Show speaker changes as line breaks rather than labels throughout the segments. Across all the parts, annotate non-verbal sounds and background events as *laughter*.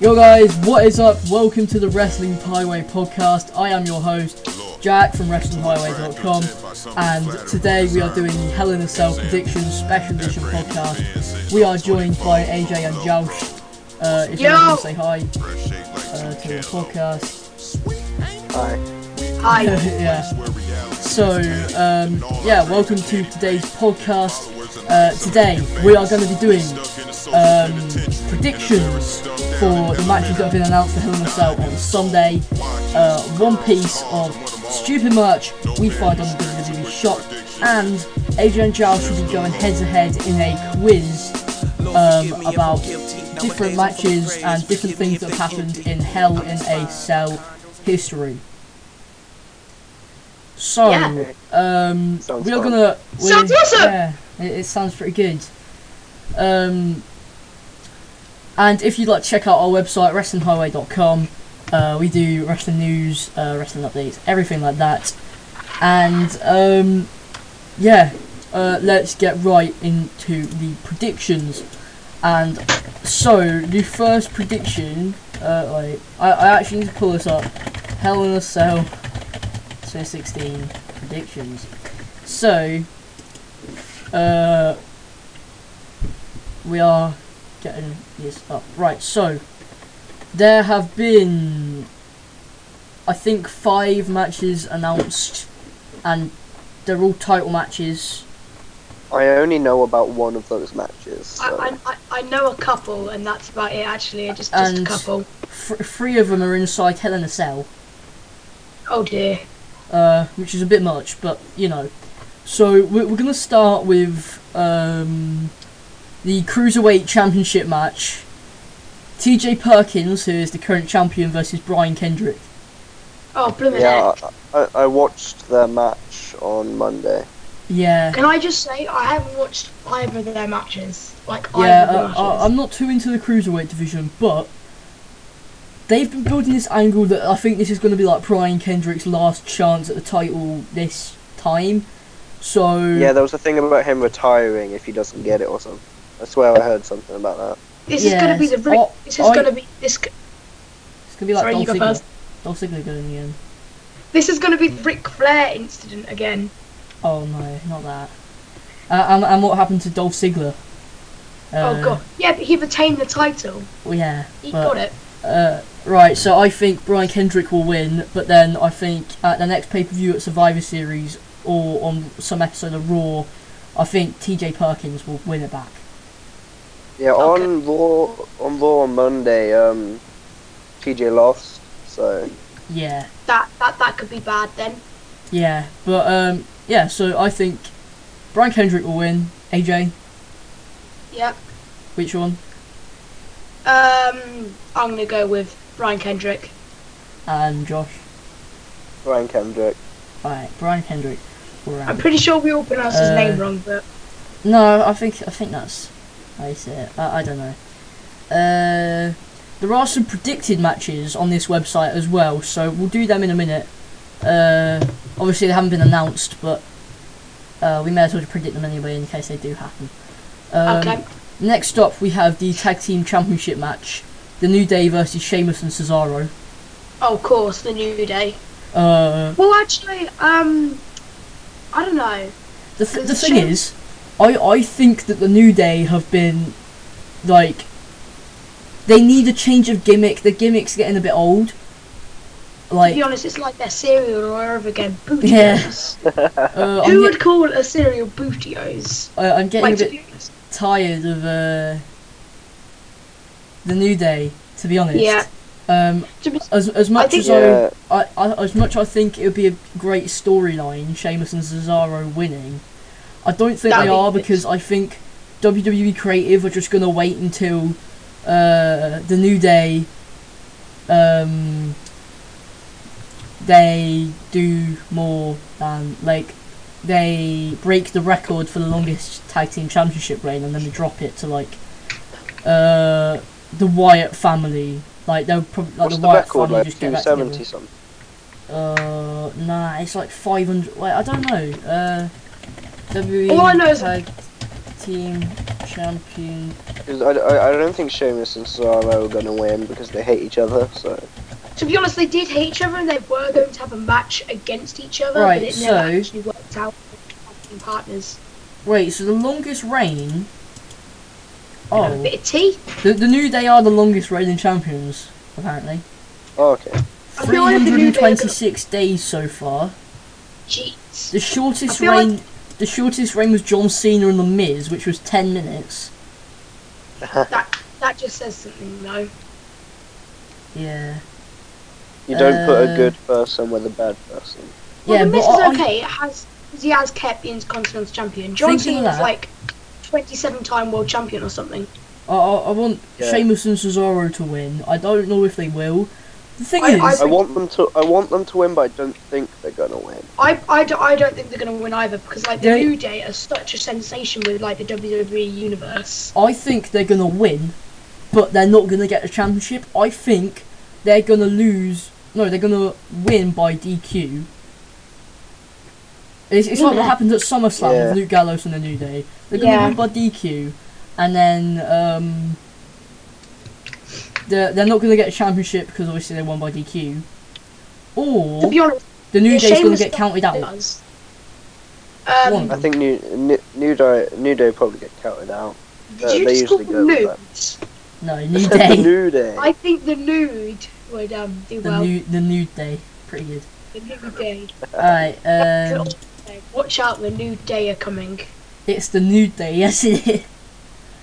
Yo guys, what is up? Welcome to the Wrestling Highway podcast. I am your host, Jack from WrestlingHighway.com, and today we are doing the Hell in a Cell Predictions Special Edition podcast. We are joined by AJ and Joush. Uh, if you
Yo!
want to say hi uh, to the podcast, *laughs*
Hi.
yeah. So, um, yeah, welcome to today's podcast. Uh, today we are going to be doing um, predictions for the matches that have been announced for Hell in a Cell on Sunday. Uh, one piece of stupid merch we find on the WWE shop, and Adrian Giles should be going head to head in a quiz um, about different matches and different things that have happened in Hell in a Cell history. So,
Yeah.
um,
Sounds
we are
fun.
gonna. we're-
Sounds awesome!
Yeah, it, it sounds pretty good. Um, and if you'd like to check out our website, wrestlinghighway.com, uh, we do wrestling news, uh, wrestling updates, everything like that. And um, yeah, uh, let's get right into the predictions. And so the first prediction, uh, wait, I, I actually need to pull this up. Hell in a Cell, so 16 predictions. So, uh, we are getting this up. Right, so there have been, I think, five matches announced, and they're all title matches.
I only know about one of those matches.
I,
So.
I, I I know a couple, and that's about it. Actually, just just a
And-
couple.
Th- three of them are inside Hell in a Cell.
Oh dear.
uh, which is a bit much, but you know. So we're, we're gonna start with um, the cruiserweight championship match. T.J. Perkins, who is the current champion, versus Brian Kendrick.
Oh blooming
yeah,
heck.
I, I watched their match on Monday.
Yeah,
Can I just say I haven't watched either of their matches. Like
yeah.
either
Uh,
of the
I,
matches.
I'm not too into the cruiserweight division, but they've been building this angle that I think this is gonna be like Brian Kendrick's last chance at the title this time. So
Yeah, there was a thing about him retiring if he doesn't get it or something. I swear I heard something about that.
this is gonna be
yes.
the. Re-
Oh,
this is
I-
gonna be this. c-
it's gonna be like
Sorry, you
Dolph
go
Ziggler.
first.
Dolph Ziggler going in the end.
This is gonna be the Ric Flair incident again.
Oh no, not that. Uh, and, and what happened to Dolph Ziggler? Uh. Um,
oh god. Yeah, but he retained the title.
Well, yeah.
He
but,
got it.
Uh, right, so I think Brian Kendrick will win, but then I think at the next pay per view at Survivor Series or on some episode of Raw, I think TJ Perkins will win it back.
Yeah,
Okay.
on Raw on Raw on Monday, um, TJ lost. So
Yeah,
That that that could be bad then.
yeah. But um, yeah, so I think Brian Kendrick will win. AJ,
Yep.
which one?
Um, I'm gonna go with Brian Kendrick.
And Josh.
Brian Kendrick.
Alright, Brian Kendrick. We're out.
I'm pretty sure we all pronounced his
Uh,
name wrong, but
No, I think I think that's how you say it. I, I don't know. Uh, there are some predicted matches on this website as well, so we'll do them in a minute. Uh, obviously they haven't been announced, but uh, we may as well just predict them anyway in case they do happen. Um,
okay.
Next up, we have the tag team championship match: The New Day versus Sheamus and Cesaro.
Oh, of course, the New Day.
Uh,
Well, actually, um, I don't know.
The, th- the
It's
thing
true.
is, I, I think that the New Day have been, like, they need a change of gimmick. The gimmick's getting a bit old.
to
Like,
be honest, it's like their cereal all over again. Bootios.
Yeah. uh, I'm,
Who
get-
would call a cereal Bootios?
I- I'm getting
Like,
a
to
bit
be honest,
tired of uh, the New Day, to be honest.
Yeah.
Um,
to be-
as, as much
think-
as I,
Yeah.
I, I as much I think it would be a great storyline, Sheamus and Cesaro winning. I don't think
That'd
they
be
are
good.
because I think WWE creative are just gonna wait until uh, the New Day. Um, they do more than like they break the record for the longest tag team championship reign, and then they drop it to like uh, the Wyatt family. Like they'll probably like
What's
the
the
Wyatt
record
family
like?
just get
Two
back together.
seventy something.
Uh, nah, it's like 500. Wait, I don't know. Uh, WWE
All I know is-
tag team champion.
'Cause I, I, I don't think Sheamus and Cesaro are gonna win because they hate each other. So
To be honest, they did hate each other and they were going to have a match against each other,
Right,
but it never
so-
actually worked out for the partners.
Wait, so the longest reign.
A
Oh,
bit of tea.
the, the New Day are the longest reigning champions, apparently.
oh, okay.
I feel like the New Day are gonna-
326 days so far.
Jeez.
The shortest
I feel like-
reign, the shortest reign was John Cena and The Miz, which was 10 minutes.
That that just says something though.
Yeah.
You don't put
Uh,
a good person with a bad person.
Well,
yeah,
the
but
Miz
I- I-
is okay. It has 'cause he has kept the Intercontinental Champion. John
Thinking of
Cena's
that-
like 27-time world champion or something.
I, I, I want
Yeah.
Sheamus and Cesaro to win. I don't know if they will. The thing
I- I
is,
I
think-
want them to. I want them to win, but I don't think they're gonna win.
I, I, do, I don't think they're going to win either because like the
They-
New Day are such a sensation with like the WWE universe.
I think they're gonna win, but they're not gonna get the championship. I think they're gonna lose. No, they're gonna win by DQ. It's, it's like what happened at SummerSlam
Yeah.
with Luke Gallows and the New Day. They're gonna
Yeah.
win by DQ, and then um, they're they're not gonna get a championship because obviously they won by DQ.
To
Or
be honest,
the New
it's
Day's gonna
shameless
get
that
counted
it *laughs*
out.
does. Um,
One.
I think New New, New Day New Day probably get
*laughs*
counted out.
did
They,
you
they
just call
usually go
them
with that.
nudes?
No, New
*laughs* the
Day.
New Day.
I think the nude would um, do
the
well.
new the New Day. Pretty good.
The nude day.
Uh,
Alright, um,
Watch out, the nude day are coming.
it's the New Day. Yes, it is.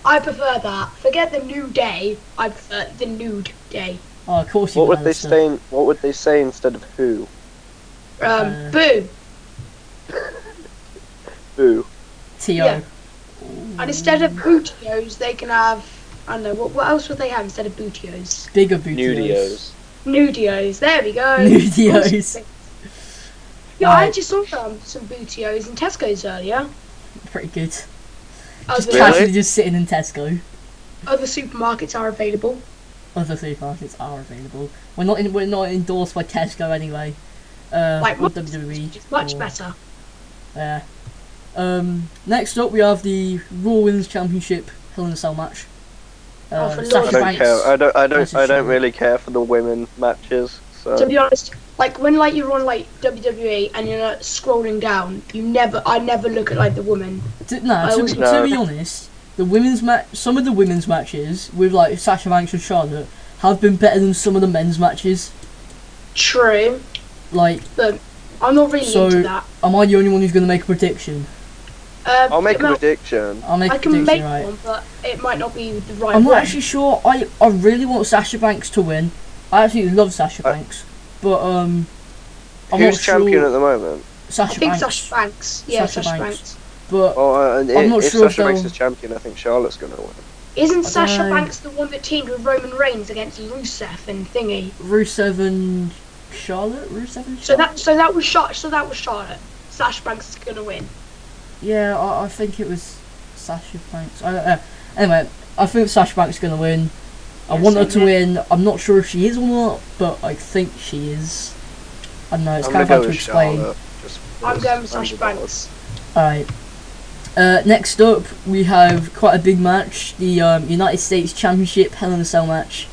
I prefer that. Forget the new day. I prefer the nude day.
Oh, of course you
What would
can,
they
Alistair.
say? What would they say instead of who?
Um,
Uh,
boo.
Boo.
T.O.
Yeah. And instead of bootios, they can have. I don't know, what, what else would they have instead of bootios?
Bigger bootios.
Nudios.
Nudios, there we go.
*laughs* Nudios.
*laughs* Yeah, I
Right.
just saw some, some bootios in Tesco's earlier.
Pretty good. Just
Other,
Really?
casually just sitting in Tesco.
other supermarkets are available.
Other supermarkets are available. We're not in, we're not endorsed by Tesco anyway. Uh,
like,
or
much,
WWE.
much
or-
better.
Yeah. Um, next up, we have the Raw Women's Championship Hell in a Cell match.
Oh,
Uh,
for
Sasha
I
Lord's
don't
Banks-
care. I don't. I
That's
don't.
a
I don't
shame.
really care for the women matches.
To
So
be honest, like when like you're on like WWE and you're like, scrolling down, you never, I never look at like the woman.
To, no,
I
to,
always-
to be honest, the women's match, some of the women's matches with like Sasha Banks and Charlotte have been better than some of the men's matches.
True,
Like,
but I'm not really
So-
into that.
am I the only one who's going to make a prediction?
Uh,
I'll make a
well,
prediction.
I'll make
I
a
can
prediction,
make
right?
one, but it might not be the right
I'm not
one.
actually sure. I, I really want Sasha Banks to win. I absolutely love Sasha
Uh,
Banks, but um, I'm
Who's
not sure-
champion at the moment?
I
Sasha
think
Banks.
Sasha Banks. Yeah,
Sasha
Sasha,
Banks.
Banks.
But
Oh, uh, and
I'm
if,
not
if
sure if
Sasha Banks
they'll-
is champion, I think Charlotte's gonna win.
Isn't Sasha
know.
Banks the one that teamed with Roman Reigns against Rusev and Thingy?
Rusev and Charlotte, Rusev and Charlotte.
So that so that was shot. So that was Charlotte. Sasha Banks is gonna win.
Yeah, I, I think it was Sasha Banks. I don't know. Anyway, I think Sasha Banks is going to win. I
Yeah,
want her
same
to
here.
win. I'm not sure if she is or not, but I think she is. I don't know, it's
I'm
kind
gonna
of hard
go
to
with
explain.
Charlotte. Just
I'm
because
going with
I'm
Sasha
the
Banks.
Alright. Uh, next up, we have quite a big match the um, United States Championship Hell in a Cell match.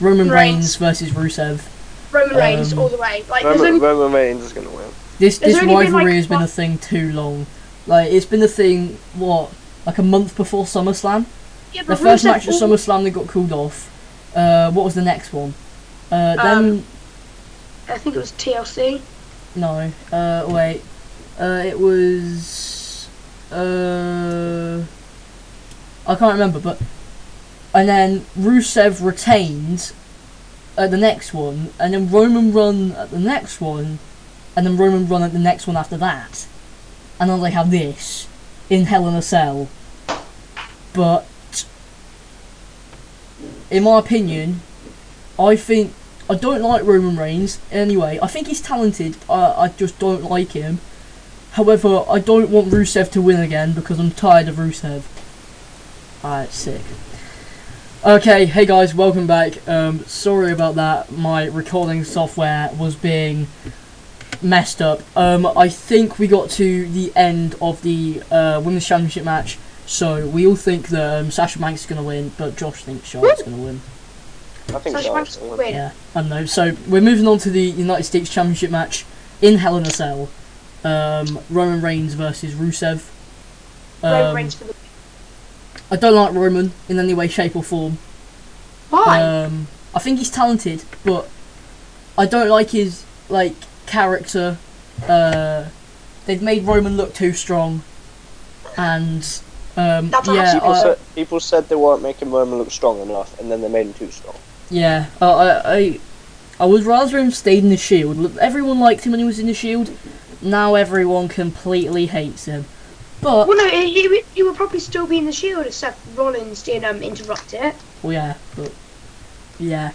Roman Reigns
Reigns.
versus Rusev.
Roman
Um,
Reigns all the way. Like there's
Roman,
only
Roman Reigns is gonna win.
This
There's
this
only been,
rivalry
like,
has been a
one-
thing too long. Like, it's been a thing, what, like a month before SummerSlam?
yeah,
The
but
first
Rusev
match at
all-
SummerSlam they got called off. Uh, what was the next one? Uh, then
Um, I think it was TLC.
no. Uh, wait. Uh, it was. Uh, I can't remember, but and then Rusev retained at the next one, and then Roman run at the next one, and then Roman run at the next one after that, and then they have this in Hell in a Cell. But in my opinion, I think I don't like Roman Reigns anyway. I think he's talented. I, I just don't like him. However, I don't want Rusev to win again because I'm tired of Rusev. Alright, sick. Okay, hey guys, welcome back. Um, sorry about that. My recording software was being messed up. Um, I think we got to the end of the uh, Women's Championship match. So we all think that um, Sasha Banks is going to win, but Josh thinks Charlotte's going to win.
I think
Sasha
so.
Banks will win.
Yeah, I know. So we're moving on to the United States Championship match in Hell in a Cell. Um, Roman Reigns versus Rusev.
Roman
Um,
Reigns for the
I don't like Roman in any way, shape, or form.
Why?
Um, I think he's talented, but I don't like his like character. Uh, they've made Roman look too strong, and um,
That's
yeah,
actually
I-
People, said, people said they weren't making Roman look strong enough, and then they made him too strong.
Yeah, uh, I, I, I would rather him stayed in the Shield. Look, Everyone liked him when he was in the Shield. Now everyone completely hates him. But
well, no, he, he, would- he would probably still be in the Shield if Seth Rollins didn't um, interrupt it.
well, yeah, but yeah,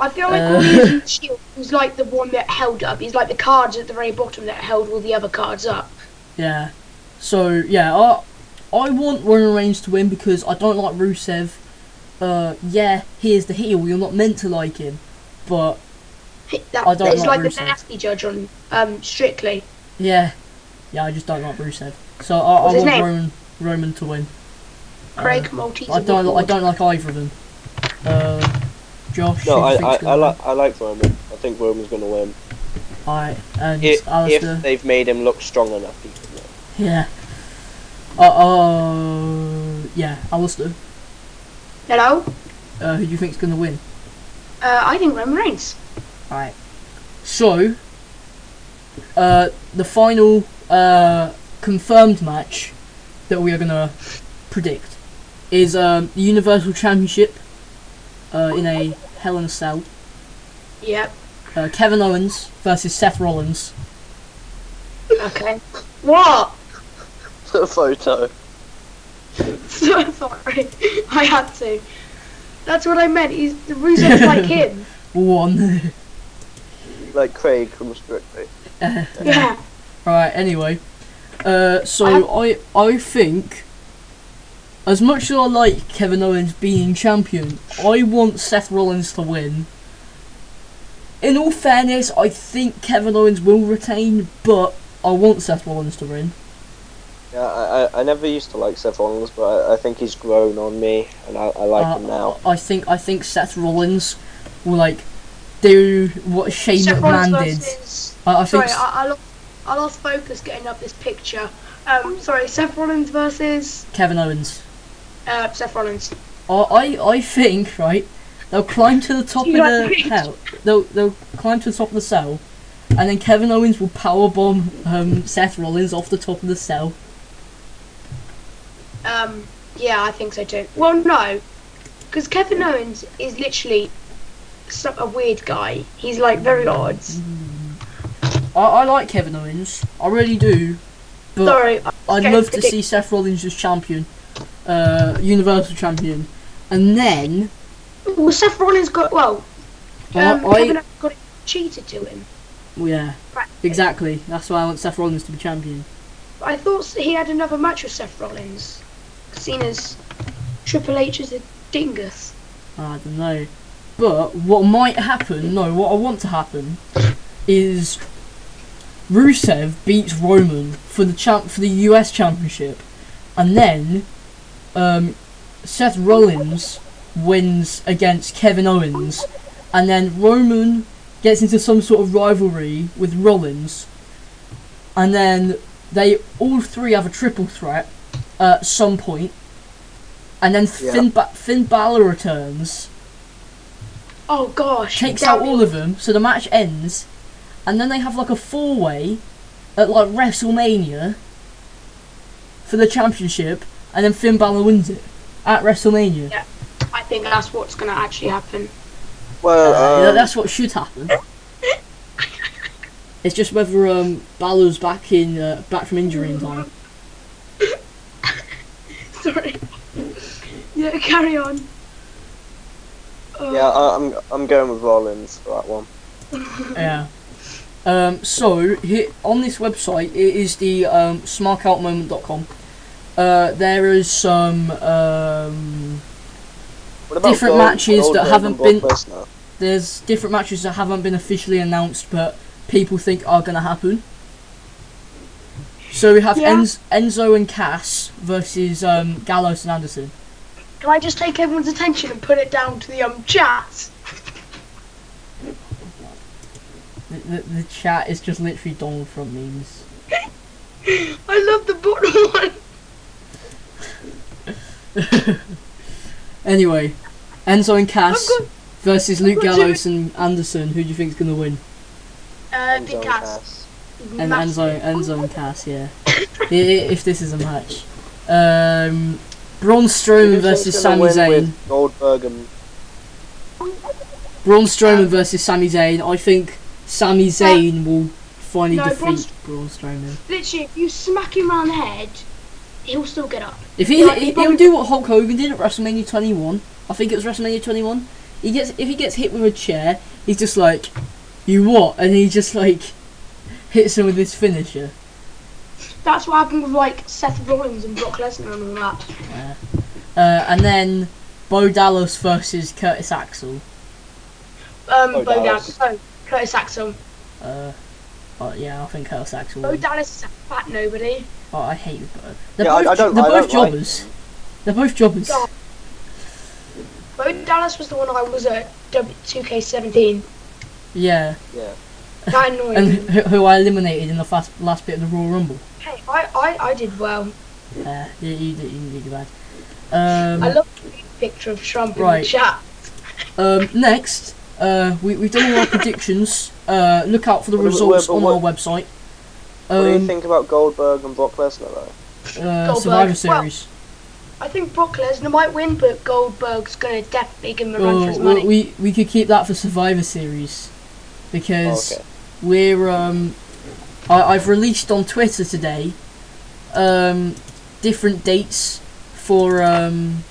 I feel like
Uh.
all he is in the Shield was like the one that held up. He's like the cards at the very bottom that held all the other cards up.
yeah. So yeah, I, I want Roman Reigns to win because I don't like Rusev. Uh, yeah, he is the heel. You're not meant to like him, but
That,
I don't
it's
like
like the
Rusev.
nasty judge on um, Strictly.
yeah, yeah, I just don't like Rusev. So I, I
What's his
want
name?
Roman Roman to win.
Craig Maltese.
Uh, I don't I
Woodward.
don't like either of them. Uh, Josh. *laughs* who do
No, I,
you think's
I, I,
gonna win?
like I like Roman. I think Roman's going to win.
Alright, and
If,
Alistair.
if they've made him look strong enough, he can win.
yeah. Uh oh. yeah, Alistair.
Hello?
Uh, who do you think's going to win?
Uh, I think Roman Reigns.
Alright. So, uh, the final uh, confirmed match that we are going to predict is um, the Universal Championship uh, in a Hell in a Cell.
Yep.
Uh, Kevin Owens versus Seth Rollins.
Okay. *laughs* What?
*laughs* The photo.
So sorry. *laughs* I had to. That's what I meant. He's the Rusev's like him.
*laughs* One.
Like Craig from Strictly.
Yeah.
Right. Anyway, uh, so I I think as much as I like Kevin Owens being champion, I want Seth Rollins to win. In all fairness, I think Kevin Owens will retain, but I want Seth Rollins to win.
Yeah, I, I, I never used to like Seth Rollins, but I, I think he's grown on me, and I, I like
Uh,
him now.
I think I think Seth Rollins will like do what Shane
Seth Rollins
McMahon did.
versus.
I, I think
Sorry,
s-
I, I, lost, I lost focus getting up this picture. Um, sorry, Seth Rollins versus
Kevin Owens.
uh, Seth Rollins.
I, I I think right, they'll climb to the top of
You
the
like me?
hell. They'll they'll climb to the top of the cell, and then Kevin Owens will powerbomb um, Seth Rollins off the top of the cell.
Um, yeah, I think so too. Well, no, because Kevin Owens is literally so, a weird guy. He's like very odd.
I, I like Kevin Owens, I really do, but
Sorry, I-
I'd
okay,
love to
predict-
see Seth Rollins as champion, uh, Universal champion, and then
well, Seth Rollins got well. Um,
I, I
Kevin Owens got it cheated to him.
yeah
practically.
exactly that's why I want Seth Rollins to be champion.
I thought he had another match with Seth Rollins, seen as Triple H is a dingus.
I don't know. But what might happen, no, what I want to happen is Rusev beats Roman for the champ for the US championship and then um, Seth Rollins wins against Kevin Owens and then Roman gets into some sort of rivalry with Rollins and then they all three have a triple threat at some point and then
Yeah.
Finn, ba- Finn Balor returns
Oh gosh.
takes
that
out
would-
all of them, so the match ends, and then they have like a four way at like WrestleMania for the championship, and then Finn Balor wins it at WrestleMania.
Yeah. I think that's what's gonna actually happen. *laughs*
Uh,
Well,
yeah,
um,
that's what should happen. it's just whether um, Balor's back in uh, back from injury in time.
Sorry. *laughs* yeah, carry on. Uh,
yeah, I, I'm I'm going with Rollins for that one.
Yeah. Um, so here, on this website, it is the um, smarkoutmoment.com. Uh, there is some um,
What about
Different
Gold-
matches that
Goldberg
haven't
and Brock
been-
Lesnar?
there's different matches that haven't been officially announced but people think are going to happen. So we have
Yeah.
Enz- Enzo and Cass versus um, Gallows and Anderson.
Can I just take everyone's attention and put it down to the um chat?
The, the, the chat is just literally Donald Trump memes.
I love the bottom *laughs* one.
Anyway, Enzo and Cass
I've got-
versus Luke
got
Gallows and Anderson. Who do you think's gonna win?
Uh,
Enzo
big
and
cats.
Cass.
And Enzo, Enzo and Cass. Yeah. I- i- if this is a match, um, Braun
Who do
Strowman
you
versus
think's gonna
Sami
win
Zayn.
with Goldberg and
Braun
Um,
Strowman versus Sami Zayn. I think Sami Zayn will finally
uh, no,
defeat
Braun
Braun, Strowman.
Literally, if you smack him around the head, he'll still get up.
If he,
Yeah,
he
Braun-
he'll do what Hulk Hogan did at WrestleMania 21. I think it was WrestleMania 21. He gets if he gets hit with a chair, he's just like, you what? And he just like *laughs* hits him with his finisher.
That's what happened with like Seth Rollins and Brock Lesnar and all that.
Uh, and then Bo Dallas versus Curtis Axel.
Um,
Bo
Bo Dallas.
Dallas.
Oh, Curtis Axel.
Uh, but yeah, I think Curtis Axel.
Bo
won.
Dallas is a fat nobody.
Oh, I hate them both. They're
Yeah, I-
both,
I don't-
they're
I
both
don't like
jobbers. they're both jobbers.
God. Bo Dallas was the one I was at W2K17.
Yeah,
yeah.
That annoyed
and
me.
who, who I eliminated in the fast, last bit of the Royal Rumble.
Hey, I, I, I did well.
Uh, you, you, did- you did bad. Um,
I love the picture of Trump in
Right.
the chat.
Um, next, uh, we, we've done all our predictions. Uh, look out for the
Well,
results
well,
on
well,
our website.
What do you
Um,
think about Goldberg and Brock Lesnar though?
uh,
Goldberg?
Survivor
Well,
Series.
I think Brock Lesnar might win, but Goldberg's gonna definitely give him a run for
Uh,
his
we,
money.
we we could keep that for Survivor Series because
okay.
we're um, I, I've released on Twitter today um, different dates for um,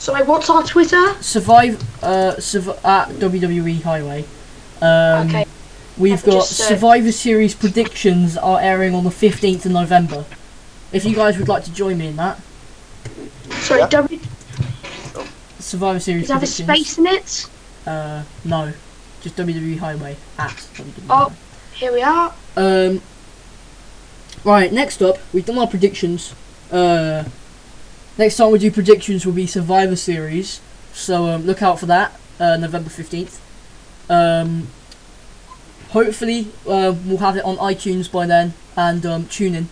So, like, what's our Twitter?
survive uh, surv- at WWE Highway. Um,
okay.
We've
Have it
got
just uh, so-
Survivor Series predictions are airing on the 15th of November. If you guys would like to join me in that,
Sorry,
Yeah.
W.
Survivor Series
Does it have a
predictions.
space in it?
Uh, no, just WWE Highway at E. WWE.
Oh, here we are.
Um, right, next up, we've done our predictions. Uh, next time we do predictions will be Survivor Series, so um, look out for that, uh, November 15th. Um, hopefully, uh, we'll have it on iTunes by then, and um, tune in.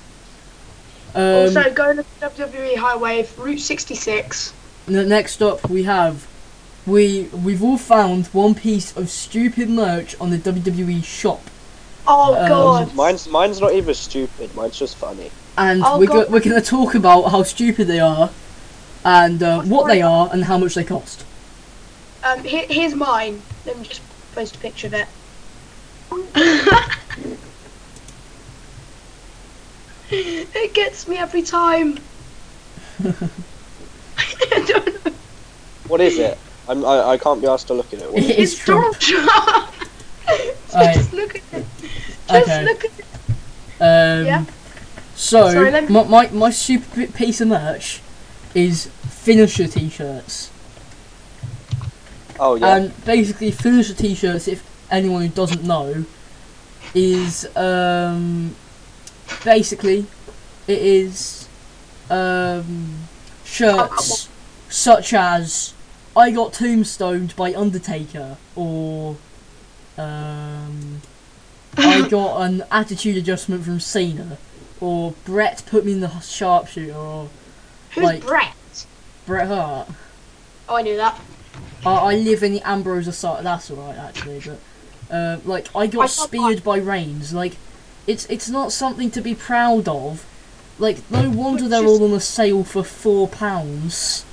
Um,
also, going to WWE E Highway Route 66.
n- next up, we have. We, we've all found one piece of stupid merch on the WWE shop.
Oh
Um,
God!
Mine's mine's not even stupid. Mine's just funny.
and
Oh,
we're,
God.
go- we're going to talk about how stupid they are and uh,
What's
what they
mine?
are and how much they cost.
Um, here, here's mine. Let me just post a
*laughs*
picture of it. it gets me
*laughs*
every time. *laughs* I don't know.
What is it? I'm, I I can't be asked to look at it. What is it?
It's
It's
*laughs*
Donald Trump. just
Alright.
look at it. Just
Okay.
look at it.
Um,
Yeah.
So,
Sorry, let me-
my, my, my super p- piece of merch is finisher t shirts.
Oh yeah.
And basically, finisher t shirts, if anyone who doesn't know, is um, basically it is um, shirts such as I got tombstoned by Undertaker or um, I got an attitude adjustment from Cena or Brett put me in the sharpshooter or
Who's
Like-
Brett?
Bret Hart.
Oh, I knew that.
I, I live in the Ambrose assault. That's alright, actually. But uh, like, I got
I thought
speared by Reigns. Like, it's it's not something to be proud of. Like, no wonder
Which
they're
is-
all on a sale for four pounds.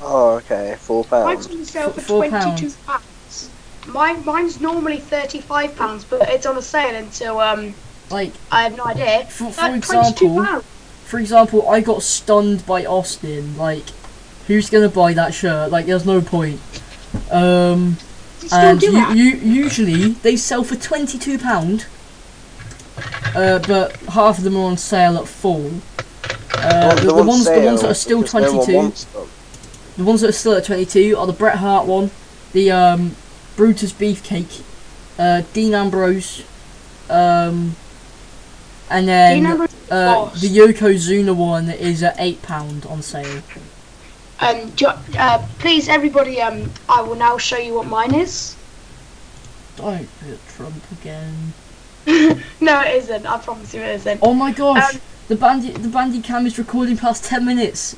oh okay. Four
Mine
pounds.
on sale for
Four
twenty-two pounds. Mine, mine's normally thirty-five pounds, but it's on a sale until um,
Like,
I have no idea.
For- for
Uh,
example-
£22.
for example, I got stunned by Austin. Like, who's gonna buy that shirt? Like, there's no point. Um,
You still
and
do
you,
that?
you usually they sell for twenty two pound. Uh, but half of them are on sale at four. Uh,
Oh,
the, the ones, the ones that are still twenty two. The ones that are still at 22 are the Bret Hart one, the um, Brutus Beefcake, uh, Dean Ambrose, um, And
Do
then
you remember?
uh,
cost?
the Yokozuna one is at eight pound on sale.
Um, do you- uh, please, everybody. Um, I will now show you what mine is. *laughs*
Don't hit Trump again.
No, it isn't. I promise you, it isn't.
Oh my gosh,
Um,
the bandy the bandy cam is recording past ten minutes.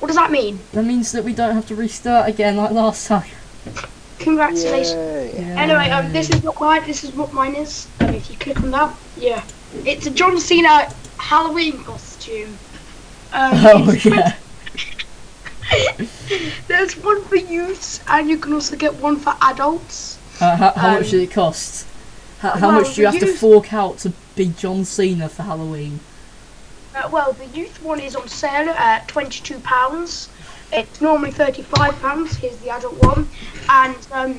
What does that mean?
That means that we don't have to restart again like last time.
Congratulations.
Yay.
Anyway, um, this is what mine. This is what mine is. Um, if you click on that, yeah, it's a John Cena Halloween costume. Um,
*laughs*
*laughs*
Oh
it's-
yeah.
There's one for youths, and you can also get one for adults.
Uh, how how much
Um,
did it cost? How, how
well,
much do you
the
have to
youth-
fork out to be John Cena for Halloween?
Uh, well, the youth one is on sale at twenty-two pounds. It's normally thirty-five pounds. Here's the adult one, and um,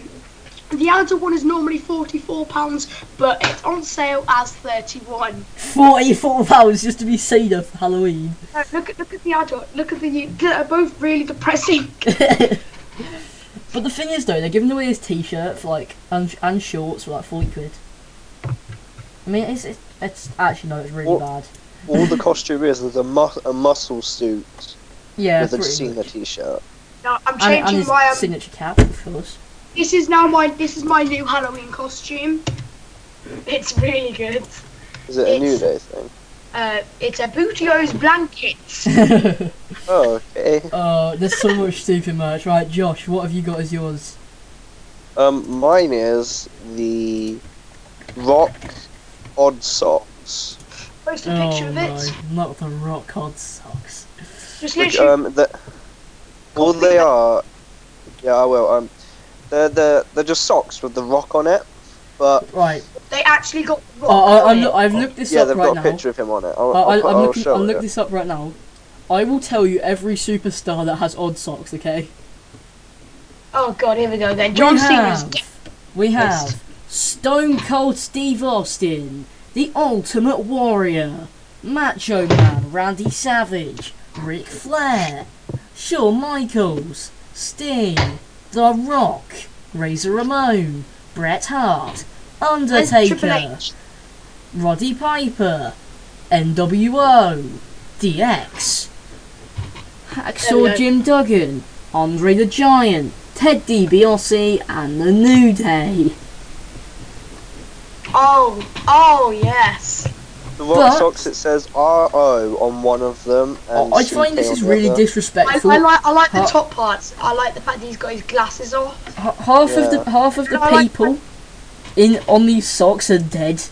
the adult one is normally forty-four pounds, but it's on sale as thirty-one.
Forty-four pounds just to be Cena for Halloween. *laughs*
Uh, look at look at the adult. Look at the youth. They're both really depressing. *laughs*
but the thing is, though, they're giving away his T-shirt for like and, and shorts for like forty quid. I mean, it's it's, it's actually no, it's really
Well-
bad.
All the costume is is a, mus- a muscle suit
Yeah,
with a
pretty much.
Cena t-shirt.
No,
and,
I'm
and
changing
his
my. Um,
signature cap, of course.
This is now my this is my new Halloween costume. It's really good.
Is it a New
It's-
Day thing?
Uh, it's a Bootio's blanket.
Oh, okay.
*laughs* oh, there's so much stupid merch. Right, Josh, what have you got as yours?
Um, mine is the Rock Odd Socks.
Post a picture
Oh
of
no,
it.
not the rock hard socks.
Just
Which,
literally,
um, the, all they are, yeah, I will. Um, they're they're they're just socks with the rock on it, but
Right,
they actually got rock.
I, I,
on
Oh, I'm,
it.
loo- I've looked this
yeah,
up
they've
right
got a
now.
picture of him on it. I'll,
I,
I'll,
I,
put-
I'm
I'll
looking,
show
I'm
it.
looking this up right now. I will tell you every superstar that has odd socks. Okay.
oh god, here we go then.
We
John
have-
Cena's. dead.
We have Stone Cold Steve Austin, The Ultimate Warrior, Macho Man Randy Savage, Ric Flair, Shawn Michaels, Sting, The Rock, Razor Ramon, Bret Hart,
There's Triple
Undertaker,
H.
Roddy Piper, NWO, DX, Hacksaw
Hello.
Jim Duggan, Andre the Giant, Ted DiBiase, and The New Day.
Oh, oh yes.
The rock
But-
socks. It says R O on one of them. And
I I find this
CK
is
on the
really
other.
I,
disrespectful.
I like I like the
Huh.
top parts. I like the fact that he's got his glasses off.
H- half of the
Yeah.
half of the
I like-
people in on these socks are dead.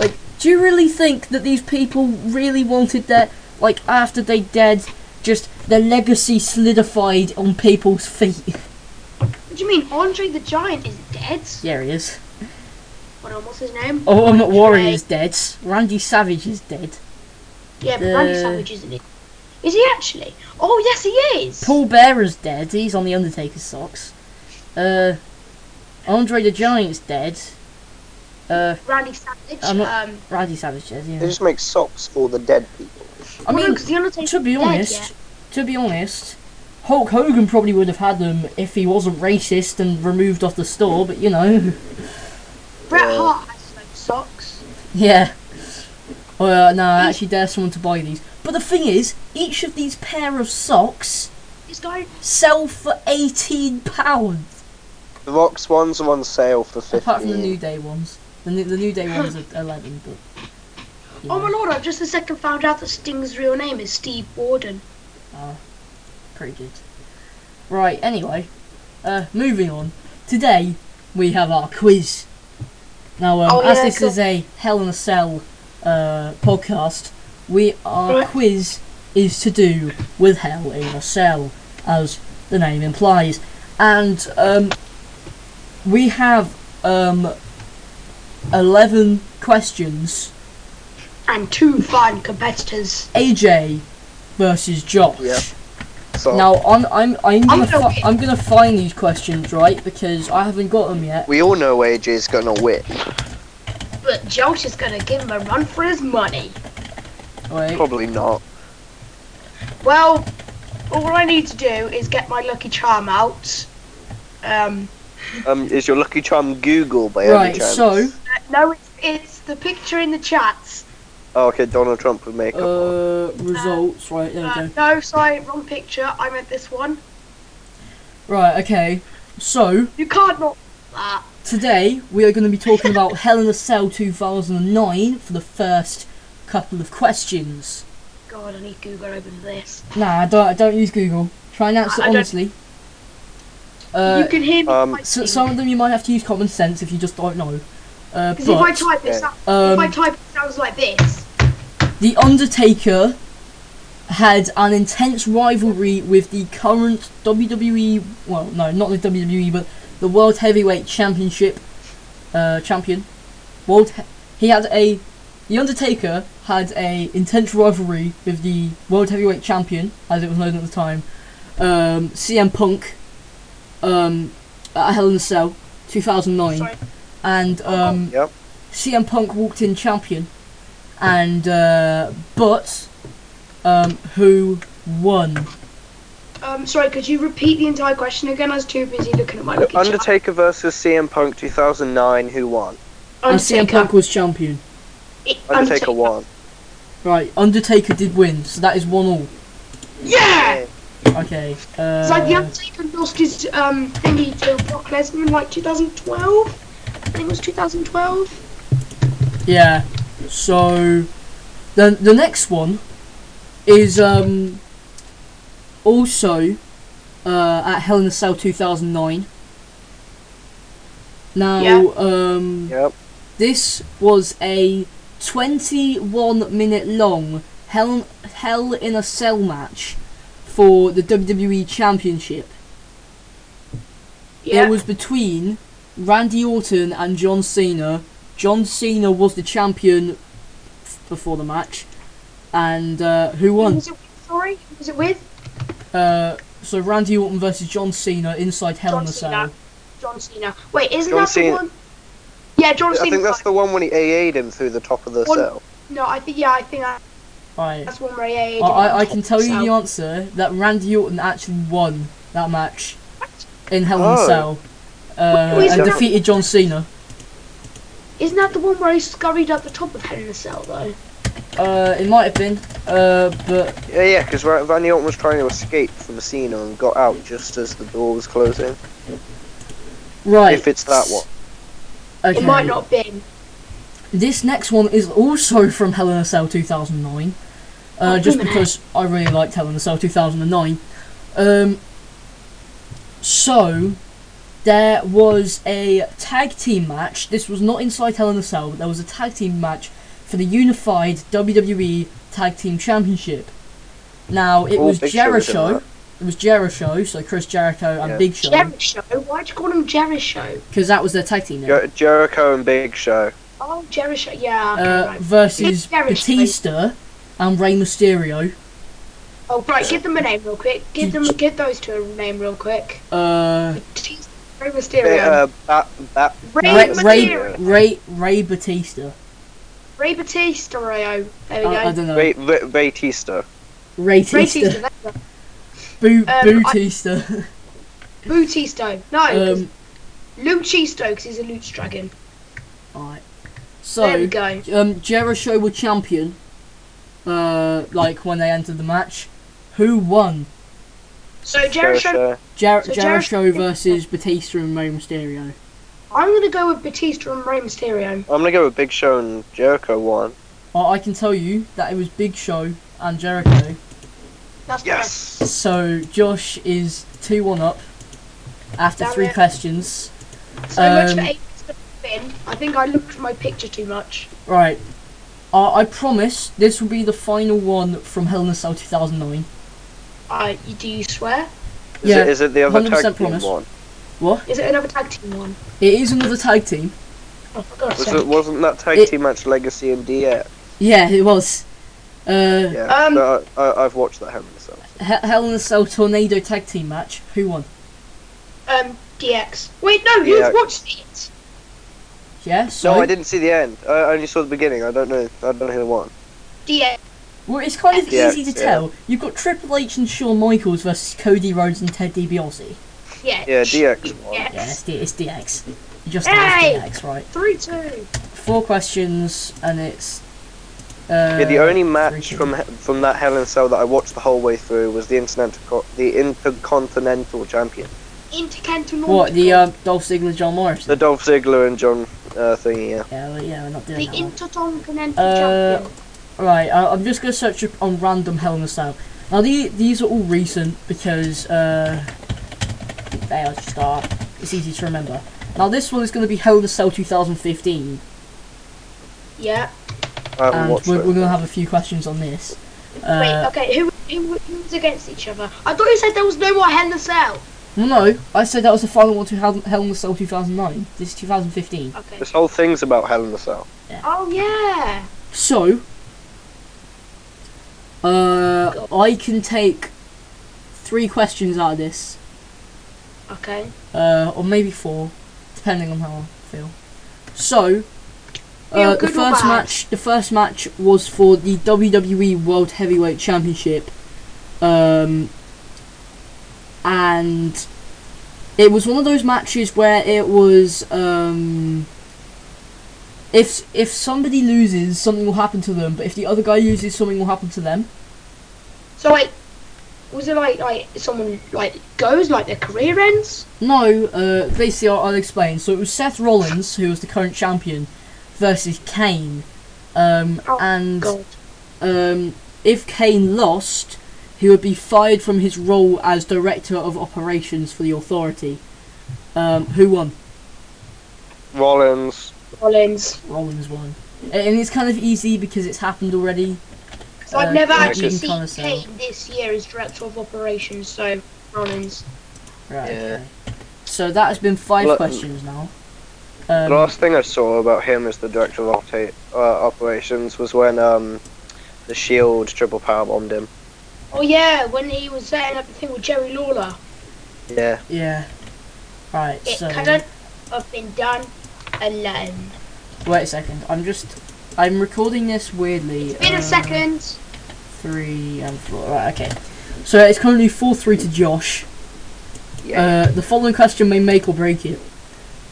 Like, do you really think that these people really wanted their like after they dead, just their legacy solidified on people's feet? *laughs*
What do you mean? Andre the Giant is dead.
yeah, he is.
What on, what's his name?
Oh, I'm not
Andre.
Warrior is dead. Randy Savage is dead.
Yeah, but Randy
Uh,
Savage isn't it? Is he actually? Oh yes, he is.
Paul Bearer's dead. He's on the Undertaker's socks. Uh, Andre the Giant's dead. Uh,
Randy Savage.
I'm not-
um,
Randy Savage dead.
They
Yeah.
just make socks for the dead people.
I
well, no,
mean,
'cause the Undertaker's
to be
dead,
honest,
yeah.
to be honest, Hulk Hogan probably would have had them if he wasn't racist and removed off the store. But you know,
Bret
Yeah.
uh,
Hart has no socks.
yeah. Well, no, I actually dare someone to buy these. But the thing is, each of these pair of socks
This guy,
sell for eighteen pounds.
The rocks ones are on sale for
Apart from the
fifteen.
New Day ones, the new, the New Day ones are eleven. But you
oh my
know,
lord, I've just a second found out that Sting's real name is Steve Warden.
pretty good. Right. Anyway, uh, moving on. Today we have our quiz. Now, um,
Oh,
as
yeah,
this
cool.
is a Hell in a Cell uh, podcast, we our
Right.
quiz is to do with Hell in a Cell, as the name implies, and um, we have um, eleven questions.
And two fine competitors.
AJ versus Josh.
Yep. So
Now on, I'm I'm gonna
gonna
fi-
win.
I'm gonna find these questions right because I haven't got them yet.
we all know AJ's gonna win.
But Josh is gonna give him a run for his money.
Wait,
Probably not.
Well, all I need to do is get my lucky charm out. Um,
Um, is your lucky charm Google by
right.
any chance?
So
no, it's it's the picture in the chat.
Oh, okay, Donald Trump with makeup on.
Uh, results, right, there we
Uh,
go.
no, sorry, wrong picture. I meant this one.
Right, okay. So,
You can't not ah, that.
today we are going to be talking about Hell in a Cell 2009 for the first couple of questions.
God, I need Google open for this.
Nah, I don't, I don't use Google. Try and answer
I- I don't-
honestly. Uh,
you can hear me.
um,
typing.
so, some of them you might have to use common sense if you just don't know. Uh,
'Cause if I
but
type this,
Yeah.
if I
um,
type it sounds like this.
The Undertaker had an intense rivalry with the current WWE, well, no, not the WWE, but the World Heavyweight Championship uh, champion. World, he-, he had a, the Undertaker had a intense rivalry with the World Heavyweight Champion, as it was known at the time, um, CM Punk, um, at Hell in a Cell, 2009,
Sorry.
and um,
Yep.
CM Punk walked in champion, and uh, but um, who won?
Um, sorry, could you repeat the entire question again? I was too busy looking at my looking chat.
Undertaker versus CM Punk 2009. Who won?
And CM Punk was champion.
Undertaker.
Undertaker won.
Right, Undertaker did win, so that is one all.
Yeah!
Okay.
It's like the
Uh,
Undertaker lost his um, thingy to Brock Lesnar in like 2012. I think it was 2012.
yeah. So the the next one is um also uh, at Hell in a Cell 2009. Now
Yeah.
um.
Yep.
This was a 21 minute long Hell, Hell in a Cell match for the WWE Championship.
Yeah.
It was between Randy Orton and John Cena. John Cena was the champion f- before the match. And uh, who
Who
won?
was it with? Sorry, who was it with?
Uh, so Randy Orton versus John Cena inside Hell
John
in a
Cena.
Cell.
John Cena. Wait, isn't
John
that
Cena.
the one? Yeah, John Cena.
I think that's the one when he AA'd him through the top of the
One-
cell.
No, I think yeah, I think that-
Right.
that's one where yeah.
I, I, I can tell you the answer that Randy Orton actually won that match in Hell in a
Oh.
Cell uh,
Wait,
is
and
that-
defeated John Cena.
Isn't that the one where he scurried up the top of Hell in a Cell though?
Uh, it might have been, uh, but
Yeah, yeah, because Randy Orton was trying to escape from Cena and got out just as the door was closing.
right.
If it's that one.
okay.
It might not have been.
This next one is also *laughs* from Hell in a Cell 2009,
Oh,
uh, just
blimey.
because I really liked Hell in a Cell 2009. Um, so there was a tag team match. This was not inside Hell in a Cell, but there was a tag team match for the unified WWE Tag Team Championship. Now it
All
was
Oh, Big Show was in
Jericho.
that.
It was Jericho, so Chris Jericho and
Yeah.
Big Show,
Jericho. Why'd you call him Jericho?
because that was their tag team name.
Jer- Jericho and Big Show.
Oh, Jericho. Yeah. okay,
uh,
right.
versus
Yeah, Jericho.
Batista and Rey Mysterio.
Oh, right. Give them a name real quick. Give them. Give those two a name real quick.
Uh,
Batista, Rey
Ba-
Mysterio.
uh, Bat, Bat,
Rey
Ray, Ray,
Mysterio.
Ray, Ray Batista.
Ray Batista. Rayo. There we
I, I
go.
don't know. Ray,
Ray, Ray, Ray Tista.
Batista.
Raytista.
there we go.
Boo,
I-
Bootista.
Bautisto. No. 'cause
um,
Luchisto, because he's a Luch dragon.
*laughs* alright.
there we
So,
go.
um, Jericho were champion. Uh, like when they entered the match, who won?
So Jericho.
Jer- Jericho
So Jericho-
versus Batista and Rey Mysterio.
I'm gonna go with Batista and Rey Mysterio.
I'm gonna go with Big Show and Jericho one.
I I can tell you that it was Big Show and Jericho.
That's
Yes.
So Josh is two one up after
Damn
three
it.
questions.
correct. So much
Um,
for eight. Finn. I think I looked at my picture too much.
Right. I I promise this will be the final one from Hell in a Cell 2009.
Uh, you- do you swear?
Is,
Yeah,
it, is it the other tag
100%
team
promise.
one?
Is it another tag team one?
It is another tag team.
Oh, for God's
Was
sake.
it, wasn't that tag
It-
team match Legacy and DX?
Yeah, it was. Uh,
Yeah,
Um,
no, I, I, I've watched that Hell in a Cell.
He- Hell in a Cell Tornado tag team match. Who won?
Um, DX. Wait, no, you've
DX.
watched it.
Yeah. So
No, I didn't see the end. I only saw the beginning. I don't know. I don't know who won.
DX.
Well, it's kind of
Yeah,
easy to
yeah.
tell. You've got Triple H and Shawn Michaels versus Cody Rhodes and Ted DiBiase.
Yeah.
Yeah, DX one.
Yeah.
Yeah, it's, D- it's DX. You just
Hey!
know it's DX, right?
Three two.
Four questions, and it's. Uh,
Yeah, the only match
three-two.
from from that Hell in a Cell that I watched the whole way through was the Intercontinental the Intercontinental Champion,
Intercontinental.
What, the uh, Dolph Ziggler, John Morrison?
the Dolph Ziggler and John uh, thingy. Yeah.
yeah, well, yeah, we're not doing
The
that. one.
Intercontinental
Uh,
Champion.
Right, I, I'm just gonna search up on random Hell in a Cell. Now these these are all recent because uh, they are just are it's easy to remember. Now this one is gonna be Hell in a Cell 2015,
Yeah.
I haven't
and
watched
we're,
it.
we're gonna have a few questions on this.
Wait.
Uh,
Okay. Who, who who was against each other? I thought you said there was no more Hell in a Cell.
no, I said that was the final one to Hell, Hell in a Cell 2009. This is 2015.
Okay.
This whole thing's about Hell in a Cell.
Oh yeah.
So, uh, I can take three questions out of this.
Okay.
uh, or maybe four, depending on how I feel. So, uh,
Feel
the
good or
first
bad?
match, the first match was for the WWE World Heavyweight Championship, um, and it was one of those matches where it was um, if if somebody loses, something will happen to them, but if the other guy loses, something will happen to them.
So like, was it like like someone like goes like their career ends?
No, uh, basically I'll, I'll explain. So it was Seth Rollins, who was the current champion, versus Kane. Um,
Oh,
and
God.
um, if Kane lost, he would be fired from his role as director of operations for the authority. Um, who won?
Rollins.
Rollins.
Rollins won. And it's kind of easy because it's happened already.
So
Uh,
I've never
Kane
actually
Kane
seen
Connor Cell.
Kane this year as director of operations. So Rollins.
Right.
Yeah.
Okay. So that has been five
Look-
questions now.
The
Um,
last thing I saw about him as the director of opta- uh, operations was when um, the Shield triple power bombed him.
Oh yeah, when he was setting up the thing with Jerry Lawler,
Yeah.
yeah. Right.
it
so.
couldn't have been done alone.
Wait a second. I'm just. I'm recording this weirdly.
Been
uh,
a second.
Three and four. Right, okay. So it's currently 4 3 to Josh.
Yeah.
Uh, the following question may make or break it.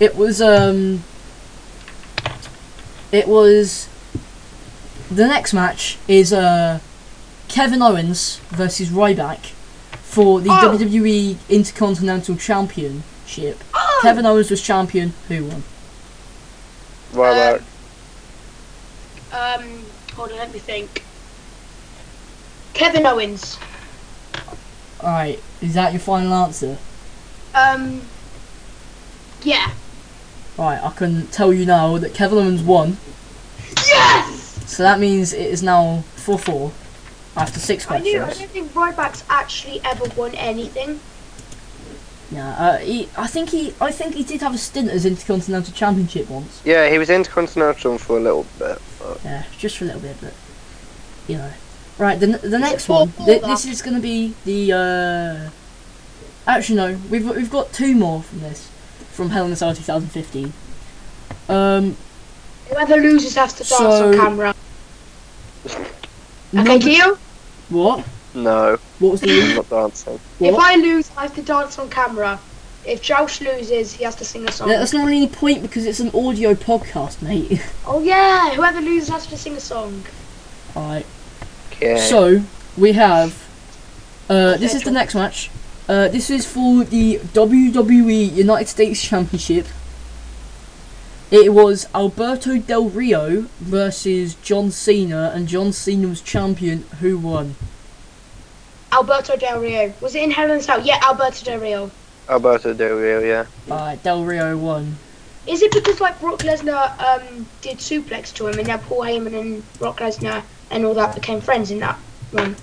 It was, um. It was. The next match is, uh. Kevin Owens versus Ryback for the
Oh.
WWE Intercontinental Championship.
Oh,
Kevin Owens was champion. Who won?
Ryback.
Um, hold on, let me think. Kevin Owens.
Alright, is that your final answer?
Um, yeah.
Right, I can tell you now that Kevin Owens won,
Yes.
so that means it is now 4 4 after six
I knew. I
questions.
don't think Ryback's actually ever won anything.
Yeah, uh, he, I think he, I think he did have a stint as Intercontinental Championship once.
yeah, he was Intercontinental for a little bit. *laughs* But
Yeah, just for a little bit, but you know. Right, the, n- the next
four
one. Th-
four,
this is going to be the. Uh, actually, no, we've got- we've got two more from this, from Hell in a Cell 2015. Um,
Whoever loses has to dance
So-
on camera. Okay,
number-
do you?
what? *laughs*
no,
What was
I'm
the?
not dancing.
If
what?
I lose, I have to dance on camera. If Josh loses, he has to sing a song.
That's not really any point because it's an audio podcast, mate. *laughs*
Oh yeah, whoever loses has to sing a song.
Alright.
Okay.
So we have. Uh, this is the next match. Uh, this is for the WWE United States Championship. It was Alberto Del Rio versus John Cena, and John Cena was champion. Who won?
Alberto Del Rio. Was it in Hell in a Cell? Yeah, Alberto Del Rio.
Alberto Del Rio. Yeah.
Uh, Del Rio won.
Is it because like Brock Lesnar um did suplex to him and now Paul Heyman and Brock Lesnar and all that became friends in that one?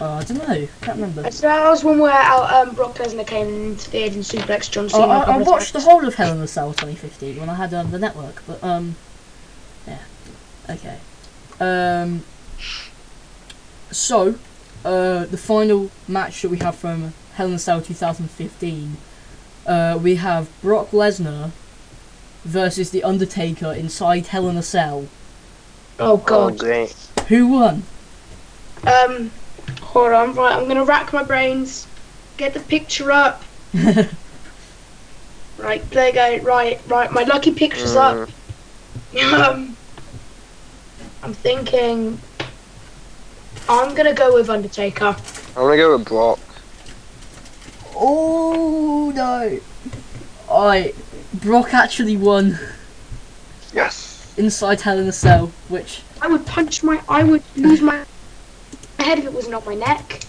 Uh, I don't know. Can't remember.
So "Oh, that was one where uh, um, Brock Lesnar came and interfered and suplexed John
Oh, I,
Cena. a
I, I
couple of
watched the
times.
whole of Hell in a Cell 2015 when I had um, the network, but um, yeah, okay. Um, so, uh, the final match that we have from Hell in a Cell 2015, uh, we have Brock Lesnar versus The Undertaker inside Hell in a Cell.
Oh
Oh,
god.
great.
Who won? *laughs*
Um, hold on. Right, I'm gonna rack my brains. Get the picture up. Right, there you go. Right, right. My lucky picture's
Mm,
up. Um, I'm thinking. I'm gonna go with Undertaker.
I'm gonna go with Brock.
Oh no! Alright, Brock actually won
Yes.
inside Hell in a Cell, which
I would punch my. I would lose my head if it wasn't on my neck.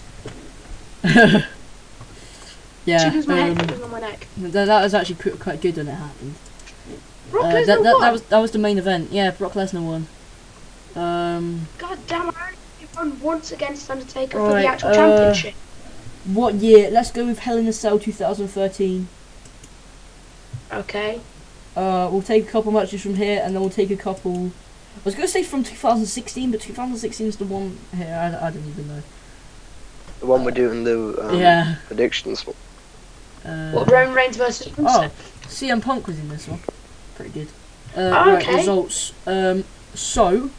Should
*laughs* yeah,
lose my head if it
um,
wasn't on my neck.
th- that was actually qu- quite good when it happened.
Brock
Uh,
Lesnar
that, that, that
won.
was that was the main event. Yeah, Brock Lesnar won. Um,
God damn! I only won once against Undertaker for
Right,
the actual
uh,
championship.
what year? Let's go with Hell in a Cell 2013.
Okay.
Uh, we'll take a couple matches from here, and then we'll take a couple. I was gonna say from 2016, but 2016 is the one here. I, I don't even know.
The one we're doing the um,
yeah.
predictions for.
Uh,
What Roman Reigns versus
Oh,
Rusev.
CM Punk was in this one. Pretty good. Uh, Right,
Okay.
results. Um, so.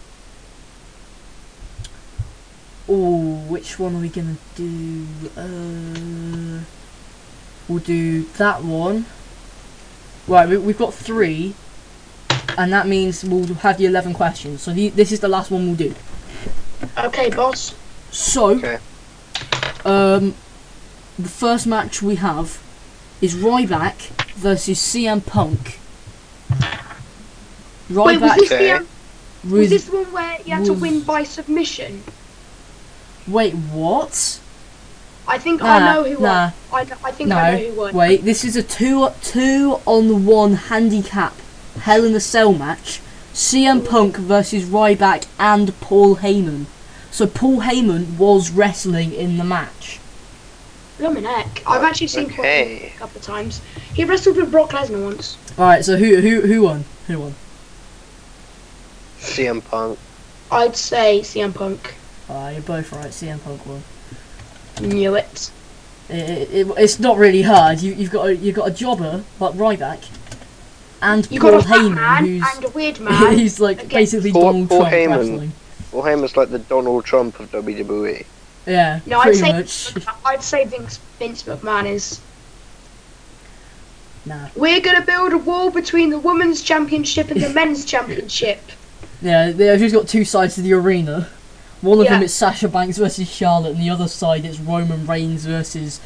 Oh, which one are we gonna do? Uh, we'll do that one. Right, we, we've got three, and that means we'll have the eleven questions. So the, this is the last one we'll do.
Okay, boss.
So,
Okay.
um, the first match we have is Ryback versus CM Punk.
Wait, was
Ryback
this, the,
Okay.
um, was
with
this the one where you had to
Ruth.
win by submission?
wait, what?
I think Oh, I
Nah,
know who
nah.
won. I, kn- I think I know who
No,
won.
wait. This is a two two on one handicap Hell in a Cell match. CM Punk versus Ryback and Paul Heyman. So Paul Heyman was wrestling in the match.
Blimey heck. I've actually seen Paul
Okay.
Heyman a couple of times. He wrestled with Brock Lesnar once.
All right. So who who who won? Who won?
CM Punk.
I'd say CM Punk
Ah, you're both right. CM Punk won.
knew it.
It, it, it's not really hard. You, you've got a, you've got a jobber like Ryback, and
You
Paul
got a fat man and
Heyman, *laughs*
a weird
who's
man.
he's like
against-
basically
Paul-
Donald
Paul
Trump
Heyman.
wrestling.
Well, Heyman's like the Donald Trump of E. WWE.
Yeah,
no, I'd
pretty
say
much.
I'd say Vince, Vince McMahon is.
Nah,
We're gonna build a wall between the women's championship and the men's championship.
*laughs* yeah, they've just got two sides to the arena. One of them
Yeah.
is Sasha Banks versus Charlotte, and the other side is Roman Reigns versus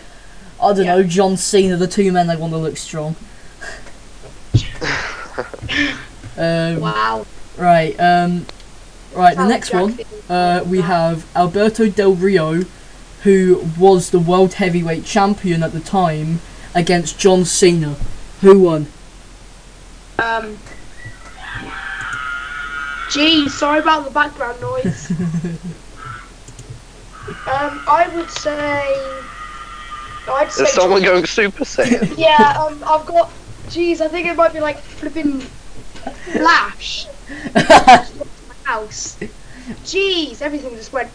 I don't
Yeah.
know John Cena. The two men they want to look
*laughs*
strong. *laughs* um,
Wow.
Right, um, right. The next one. Uh, we have Alberto Del Rio, who was the world heavyweight champion at the time, against John Cena. Who won?
Um. Gee, sorry about the background noise. um, I would say. I'd say.
Is someone going
*laughs*
Super Saiyan?
Yeah, um, I've got. Geez, I think it might be like flipping flash. house. Jeez, everything just went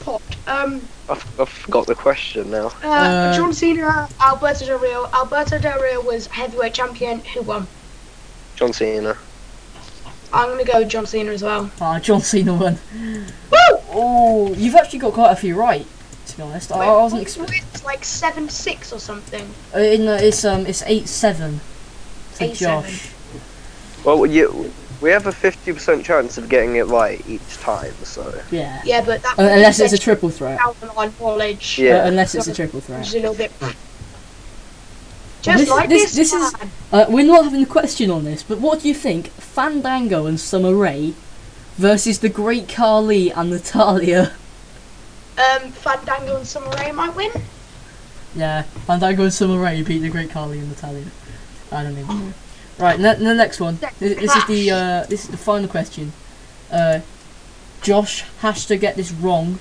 pop. Um,
I've, I've forgot the question now.
uh,
Uh,
John Cena, Alberto Del Rio. Alberto Del Rio was heavyweight champion. Who won?
John Cena.
I'm gonna go with John Cena as well.
Ah, John Cena won. Oh, you've actually got quite a few right. To be honest, Oh, I, I wasn't expecting.
It's like seven six or something.
Uh, no, it's um, it's eight seven. To
8-7.
Josh.
Well, you, we have a 50% chance of getting it right each time, so.
Yeah.
Yeah, but that
Uh, unless it's a triple threat.
down on knowledge.
Uh,
Yeah.
unless it's a triple
Which
threat.
is a little bit. Just
This-
like
this-
this.
this is-
man.
Uh, we're not having a question on this, but what do you think? Fandango and Summer Rae versus the Great Carly and Natalia.
Um, Fandango and Summer Rae might win.
Yeah, Fandango and Summer Rae beat the Great Carly and Natalia. I don't even.
Mm-hmm.
Right, ne- the next one. Th- This is the uh, this is the final question. Uh, Josh has to get this wrong,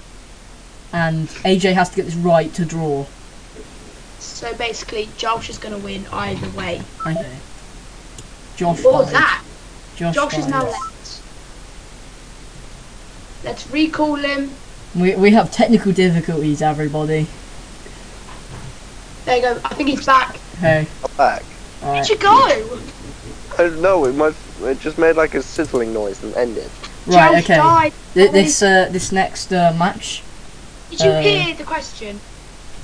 and AJ has to get this right to draw.
So basically, Josh is going to win either way.
Okay. Josh.
Or
five.
that.
Josh,
Josh is now
five.
left. Let's recall him.
We we have technical difficulties, everybody.
There you go. I think he's back.
Hey.
I'm back.
All right.
Where'd you go?
I don't know, it, might, it just made like a sizzling noise and ended.
Right.
Josh
Okay.
died.
Th- This uh, this next uh, match.
Did you
uh,
hear the question?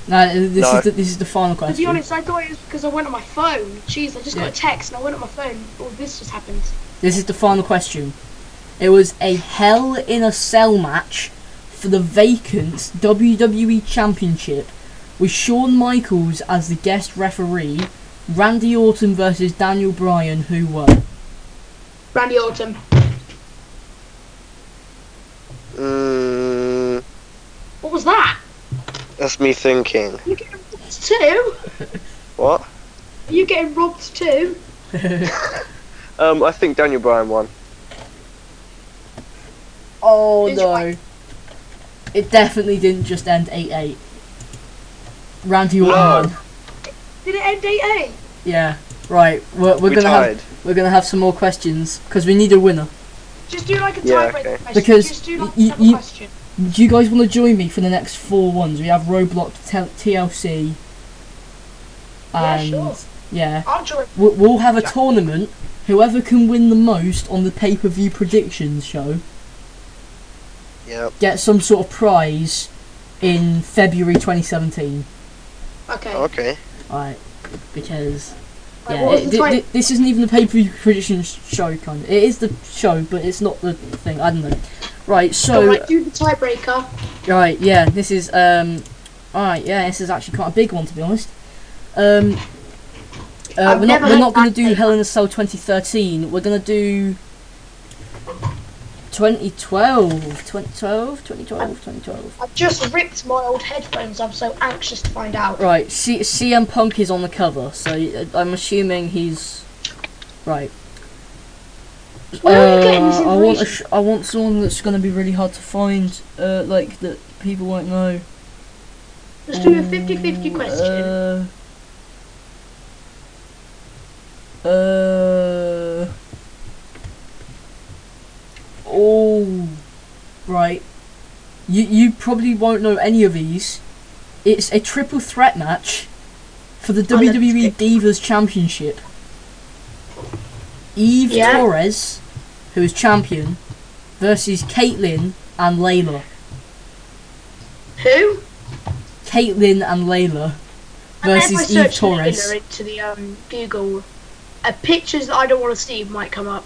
No, this
No.
is the, this is the final question.
To be honest, I thought it was because I went on my phone. Jeez, I just
Yeah.
got a text and I went on my phone. Oh, this just happened.
This is the final question. It was a Hell in a Cell match for the vacant WWE Championship with Shawn Michaels as the guest referee, Randy Orton versus Daniel Bryan, who won.
Randy Orton.
Mm,
What was that?
that's me thinking.
You getting robbed too?
What?
Are you getting robbed too?
Um, I think Daniel Bryan won.
oh
Did you
no. It definitely didn't just end 8 8. Randy Orton
No.
won.
Did it end 8
Yeah. Right, we're, we're
we
gonna
tied.
have we're gonna have some more questions because we need a winner.
Just do like a
Yeah,
tiebreaker
okay.
question.
Because
just do like
y-
another
y-
question.
Do you guys want to join me for the next four ones? We have Roblox, T- TLC,
Yeah,
and
sure.
yeah.
I'll join.
We'll, we'll have a tournament. Whoever can win the most on the pay-per-view predictions show
Yep.
get some sort of prize in February 2017.
Okay.
Okay.
Alright, because
Right,
yeah,
what was
it-
the
thi-
time?
thi- this isn't even the pay-per-view predictions show kind of. It is the show, but it's not the thing. I don't know. Right, so.
Alright, do the tiebreaker.
Right, yeah, this is um alright, yeah, this is actually quite a big one to be honest. Um uh,
I've
we're not
never
we're
heard
not gonna
that
do
thing.
Hell in a Cell twenty thirteen, we're gonna do 2012, 2012, 2012, 2012.
I've just ripped my old headphones. I'm so anxious to find out.
Right, C- CM Punk is on the cover, so uh, I'm assuming he's right.
Where are you getting this
Uh, I want a
information?
sh- I want someone that's gonna be really hard to find, uh, like that people won't know.
Let's do a 50-50 question.
Uh, uh, oh, right. You you probably won't know any of these. It's a triple threat match for the
know.
WWE Divas Championship. Eve
Yeah.
Torres, who is champion, versus Caitlyn and Layla.
Who?
Caitlyn and Layla
And then if I
versus Eve
search
Torres.
Layla into the um, Google, uh, pictures that I don't want to see might come up.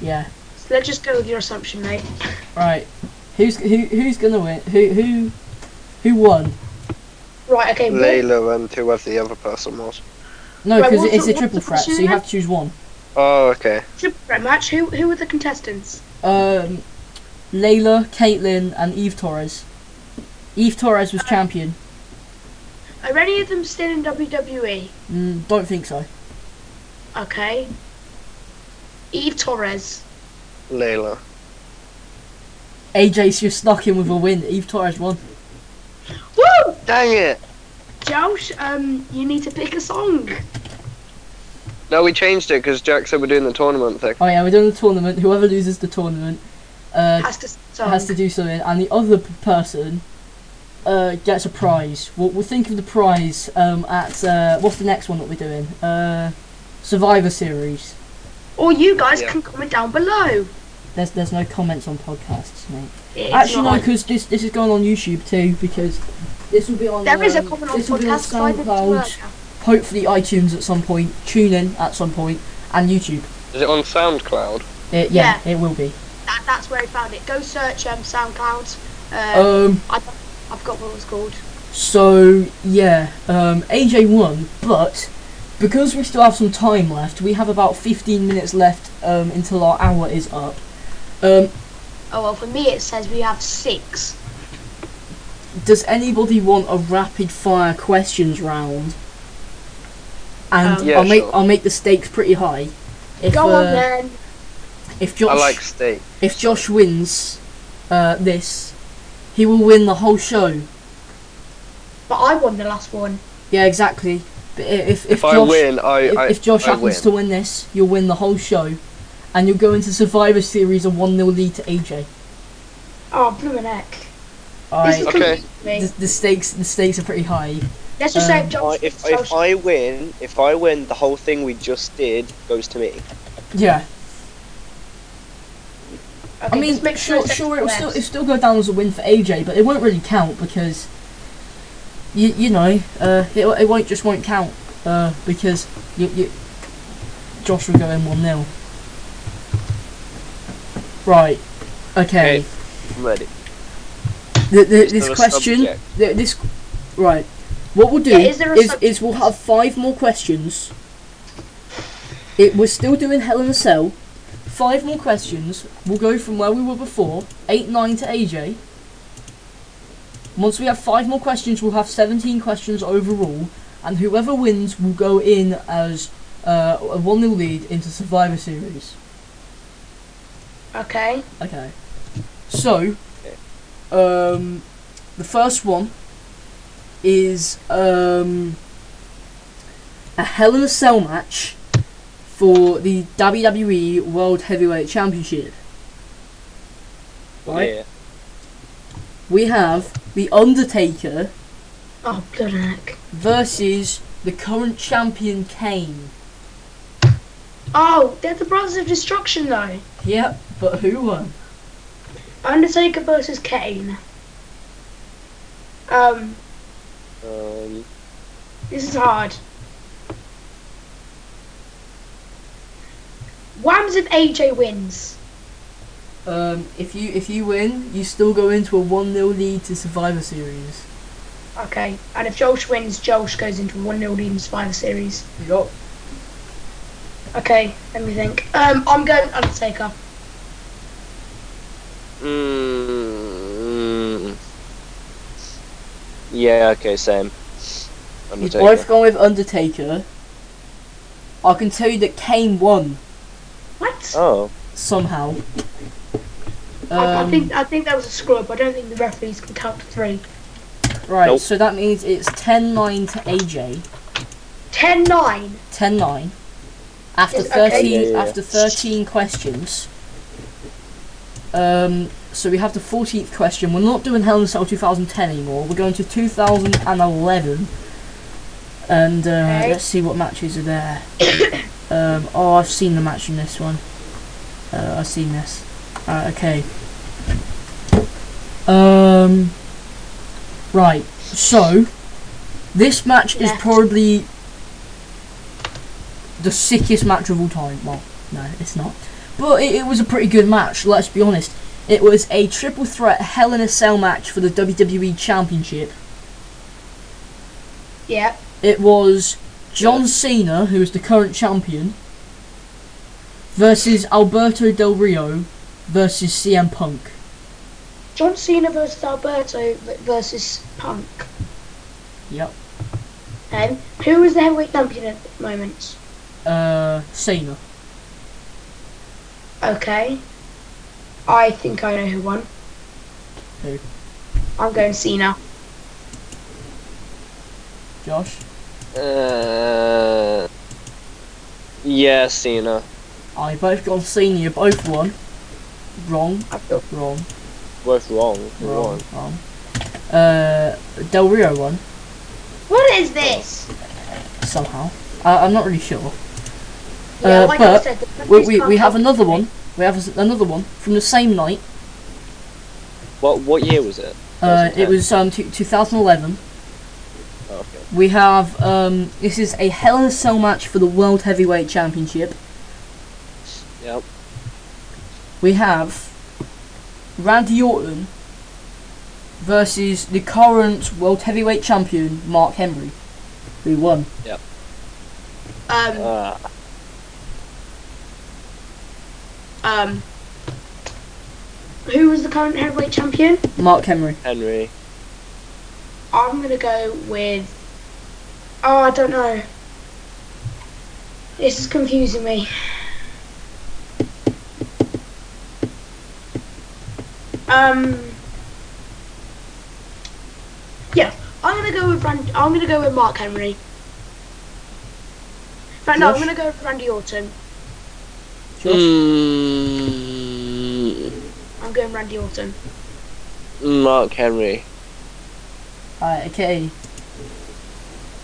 Yeah.
So let's just go with your assumption, mate.
Right. Who's who, who's gonna win? Who who who won?
Right, okay. what-
Layla and whoever the other person was.
No,
Right,
because
what's
it's
the-
a
what's
triple
the
threat, so you
procedure?
have to choose one.
Oh, okay.
Triple threat match. Who who are the contestants?
Um, Layla, Caitlyn, and Eve Torres. Eve Torres
Uh,
was champion.
Are any of them still in WWE?
Mm, don't think so.
Okay. Eve Torres.
Layla.
AJ's just snuck in with a win. Eve Torres won.
Woo!
Dang it!
Josh, um, you need to pick a song.
No, we changed it because Jack said we're doing the tournament thing.
Oh yeah, we're doing the tournament. Whoever loses the tournament, uh,
Has to song.
has to do something, and the other p- person uh, gets a prize. We'll, we'll think of the prize um, at uh, what's the next one that we're doing? Uh, Survivor Series.
Or you guys
Yeah.
can comment down below.
There's there's no comments on podcasts, mate.
It's
Actually, no,
not-
because this this is going on YouTube too. Because this will be on.
there is a
um,
comment on
this will be on
podcast side as well.
SoundCloud, hopefully iTunes at some point, TuneIn at some point, and YouTube.
Is it on SoundCloud?
It, yeah, it will be.
That, that's where he found it. Go search um, SoundCloud. Uh,
Um.
I, don't- I've got what it was called.
So yeah, um, AJ won, but because we still have some time left, we have about 15 minutes left um, until our hour is up. Um,
Oh well, for me it says we have six.
does anybody want a rapid fire questions round? And
Um,
Yeah,
I'll make
sure.
I'll make the stakes pretty high. If,
Go
uh,
on then.
If Josh
I like steak.
if Josh wins uh, this, he will win the whole show.
But I won the last one.
Yeah, exactly. But i- if if,
If,
Josh,
I win, I.
if,
I,
if Josh
I
happens
win.
to win this, you'll win the whole show, and you'll go into Survivor Series a one 0 lead to AJ.
Oh, blooming heck. This
Alright,
is
Okay.
confusing me.
the, the stakes the stakes are pretty high.
Let's just
um,
say
Uh, I,
Josh.
if,
Josh-
if I win, if I win, the whole thing we just did goes to me.
Yeah,
okay,
I mean,
just make
sure
it's
sure it'll
six
still
left.
it'll still go down as a win for AJ, but it won't really count because you, you know, uh, it, it won't just won't count uh, because you, you, Josh will go in one 0 Right. Okay.
Okay. I'm ready.
Th- th-
Is
this
there a
question.
subject?
Th- this. Right. What we'll do
Yeah, is there a
is,
subject?
is we'll have five more questions. It we're still doing Hell in a Cell. Five more questions. We'll go from where we were before, eight nine to AJ. Once we have five more questions, we'll have seventeen questions overall, and whoever wins will go in as uh, a one 0 lead into Survivor Series.
Okay.
Okay. So, um, the first one is um, a Hell in a Cell match for the WWE World Heavyweight Championship. Right?
Yeah.
We have The Undertaker
Oh, bloody heck.
versus the current champion Kane.
Oh, they're the Brothers of Destruction, though.
Yep, but who won?
Undertaker versus Kane. Um,
Um,
this is hard. Whams if AJ wins.
Um, if you if you win, you still go into a 1-0 lead to Survivor Series.
Okay. And if Josh wins, Josh goes into a 1 0 lead in Survivor Series.
Yup.
Okay, let me think. Um, I'm going Undertaker.
mm, yeah. Okay. Same.
We've
Undertaker.
both gone with Undertaker. I can tell you that Kane won
What?
Oh.
somehow.
I, I
Um,
think I think that was a screw up. I don't think the referees can count to
Um,
three.
right,
Nope.
so that means it's 10 9 to AJ.
10 9.
10 9. After
Yes, okay.
13,
Yeah, yeah, yeah.
after 13 questions. Um, so we have the 14th question. We're not doing Hell in a Cell 2010 anymore. We're going to 2011. And uh,
Okay.
let's see what matches are there. *coughs* um, oh, I've seen the match in this one. Uh, I've seen this. Uh, okay. Um. Right. So, this match is
Left.
probably the sickest match of all time. Well, no, it's not. But it, it was a pretty good match. Let's be honest. It was a triple threat Hell in a Cell match for the WWE Championship.
Yeah.
It was John Cena, who is the current champion, versus Alberto Del Rio versus CM Punk.
John Cena versus Alberto v- versus Punk.
Yep.
Um, who is the heavyweight champion at the moment?
Uh, Cena.
Okay. I think I know who won.
Who?
I'm going Cena.
Josh.
Uh, yeah. Cena.
I both gone Cena. You both won. Wrong.
I feel
Wrong.
Both wrong.
Wrong. Wrong. Uh, Del Rio won
What is this?
somehow. Uh, I'm not really sure.
Yeah,
Uh,
like I
but
said, the
We, we,
referees
we
can't
have
count
another
to
one. We have s- another one from the same night.
What What year was it?
Uh, it
2010.
was um two 2011.
Oh, okay.
We have um this is a Hell in a Cell match for the World Heavyweight Championship.
Yep.
We have Randy Orton versus the current World Heavyweight Champion Mark Henry, who won.
three. Um,
Ah.
um, who is the current heavyweight champion?
Mark Henry.
Henry.
I'm gonna go with. Oh, I don't know. This is confusing me. Um. Yeah, I'm gonna go with Rand- I'm gonna go with Mark Henry. But no, I'm
Josh?
gonna go with Randy Orton.
Mm,
I'm going Randy Orton.
Mark Henry.
Alright, okay.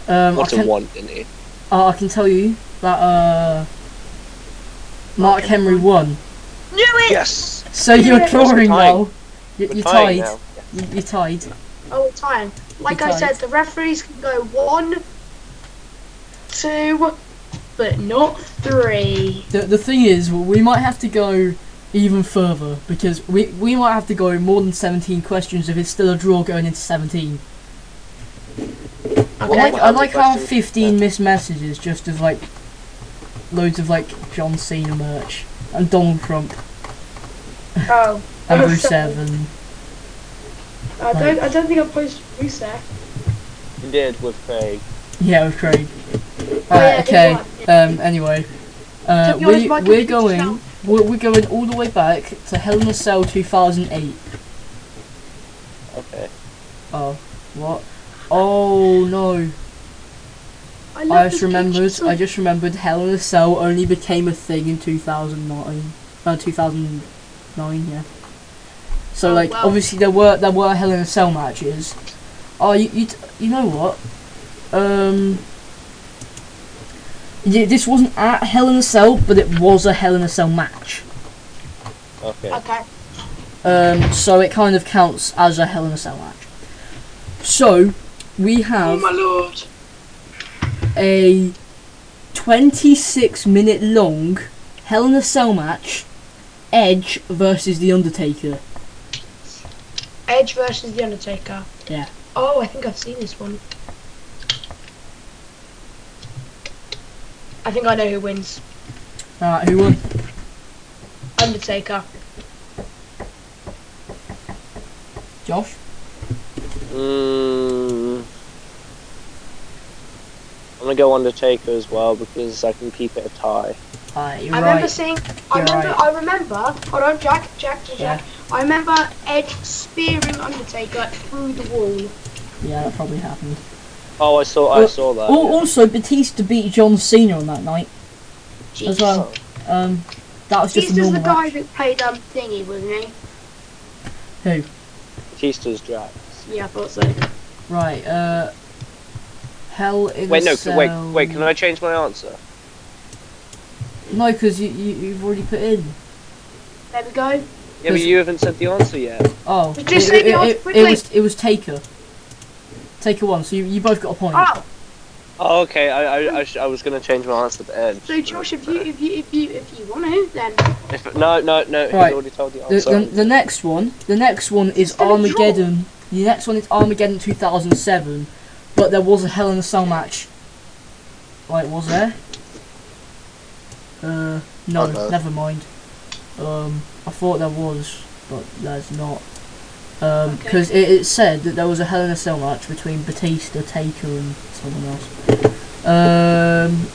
Um, I
What a
can,
one, didn't he?
uh, I can tell you that uh, Mark Henry won.
Knew it.
Yes.
So you're
Yes,
drawing
we're tied.
now. You,
We're
you're
tying
tied.
now.
You, you're tied.
Oh, time. Like I
Because-
said, the referees can go one, two, but not
*laughs*
three.
The, the thing is, we might have to go even further because we, we might have to go more than 17 questions if it's still a draw going into 17. I
Well,
like,
Okay.
we'll
I
have the
like how
questions.
15 missed messages just as like loads of like John Cena merch and Donald Trump
Oh.
and Rusev and
I don't. I don't think I posted Rusev.
You did with Craig.
yeah, with Craig.
Oh, yeah,
Alright, okay.
good one.
Um. Anyway, uh,
To be honest,
we
my
we're
computer's down.
going we're, we're going all the way back to Hell in a Cell 2008.
Okay.
Oh, what? Oh no.
I, love
I
this
just
picture
remembered.
so
I just remembered. Hell in a Cell only became a thing in 2009. Uh, 2009, yeah. So
Oh,
like,
wow.
obviously there were there were Hell in a Cell matches. Oh, you you, t- you know what? Um. Yeah, this wasn't at Hell in a Cell, but it was a Hell in a Cell match.
Okay.
Okay.
Um, so it kind of counts as a Hell in a Cell match. So we
Oh
have
my lord.
a 26 minute long Hell in a Cell match Edge versus The Undertaker.
Edge versus The Undertaker.
Yeah.
Oh, I think I've seen this one. I think I know who wins.
Alright, who won?
Undertaker.
Josh?
Mm, I'm gonna go Undertaker as well because I can keep it a tie.
Alright, you're
I remember
right.
seeing. I
You're
remember.
right.
I remember. Hold on, Jack. Jack. Jack.
Yeah.
I remember Edge spearing Undertaker through the wall.
Yeah, that probably happened.
Oh, I saw, I
Well,
saw that.
Al
yeah.
also, Batista beat John Cena on that night
Jeez.
as well. Um, that was just
This
a
is the
normal
guy
match.
who played um thingy, wasn't he?
Who?
Batista's Drax.
Yeah, I thought so.
Right, uh, Hell in
Wait,
a
no, c-
Cell.
wait, wait. Can I change my answer?
No, because you, you, you've already put in.
There we go.
Yeah, but
Does-
you haven't said the answer yet.
Oh,
Just say the odds
it,
quickly.
was it was Taker. Taker one. So you, you both got a point.
Oh,
Oh, okay. I, I, I, sh- I was gonna change my answer to Edge.
so Josh, if you if you if you if you want to, then
If- no, no, no. He's
Right.
already told the
The,
answer.
the, the next one, the next one is
been a draw.
Armageddon. The next one is Armageddon 2007, but there was a Hell in a Cell match. Like, was there? Uh, no,
Oh, no.
never mind. Um, I thought there was, but there's not. Um,
Okay.
because it, it said that there was a Hell in a Cell match between Batista, Taker, and someone else. Um.